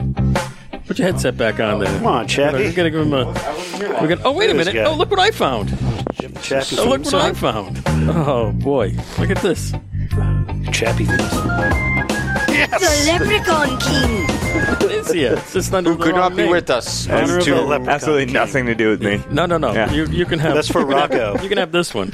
put your headset back on there. Come on, Chappie. We're gonna give him a. We're gonna, oh wait a There he's minute! got Oh it. look what I found! Chappie oh look theme what I song? found! Oh boy, look at this. Chappie. The Leprechaun King. It's here. It's just under Who the could wrong not be name. with us? Honor Has of two- the Leprechaun absolutely King. nothing to do with me. No, no, no. Yeah. You, you can have. That's for you can have- Rocco. you can have this one.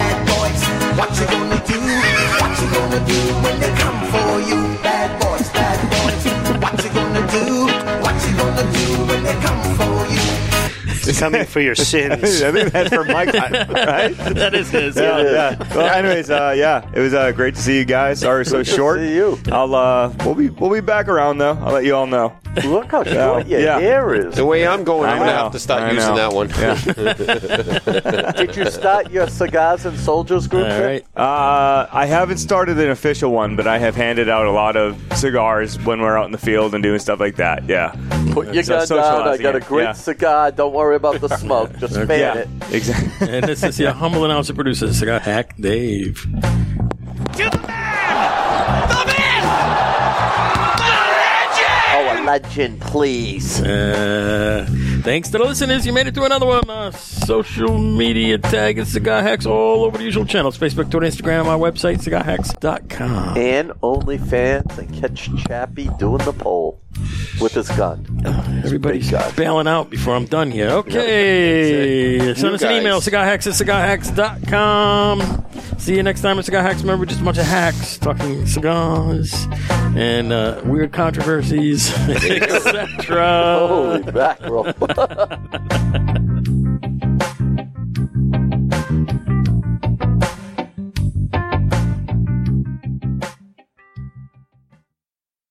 What you gonna do? What you gonna do when they come for you? Bad boys, bad boys. What you gonna do? What you gonna do when they come for you? Coming for your sins. I think that's for Mike, right? That is his. Yeah, yeah. Well, anyways, uh, yeah, it was uh, great to see you guys. Sorry, we're so Good to short. see you. I'll uh, we'll be we'll be back around though. I'll let you all know. Look how short Yeah. your Yeah. hair is. The way I'm going, I I'm gonna know. have to start I using know. that one. Did you start your cigars and soldiers group? yet? Uh, I haven't started an official one, but I have handed out a lot of cigars when we're out in the field and doing stuff like that. Yeah. Put your So gun down. I socializing got a it, great yeah. cigar. Don't worry about the smoke. Just fan Yeah, it. Exactly. And this is your humble announcer producer, Cigar Hack Dave. Oh, a legend, please. Uh, thanks to the listeners. You made it to another one. Uh, social media tag is Cigar Hacks all over the usual channels Facebook, Twitter, Instagram, our website, cigarhacks.com. And OnlyFans and catch Chappie doing the pole with his gun. Everybody's bailing out before I'm done here. Okay. Send You us an guys. email, cigarhacks at cigarhacks.com. See you next time at Cigar Hacks. Remember, just a bunch of hacks talking cigars and uh, weird controversies, etc. Holy mackerel.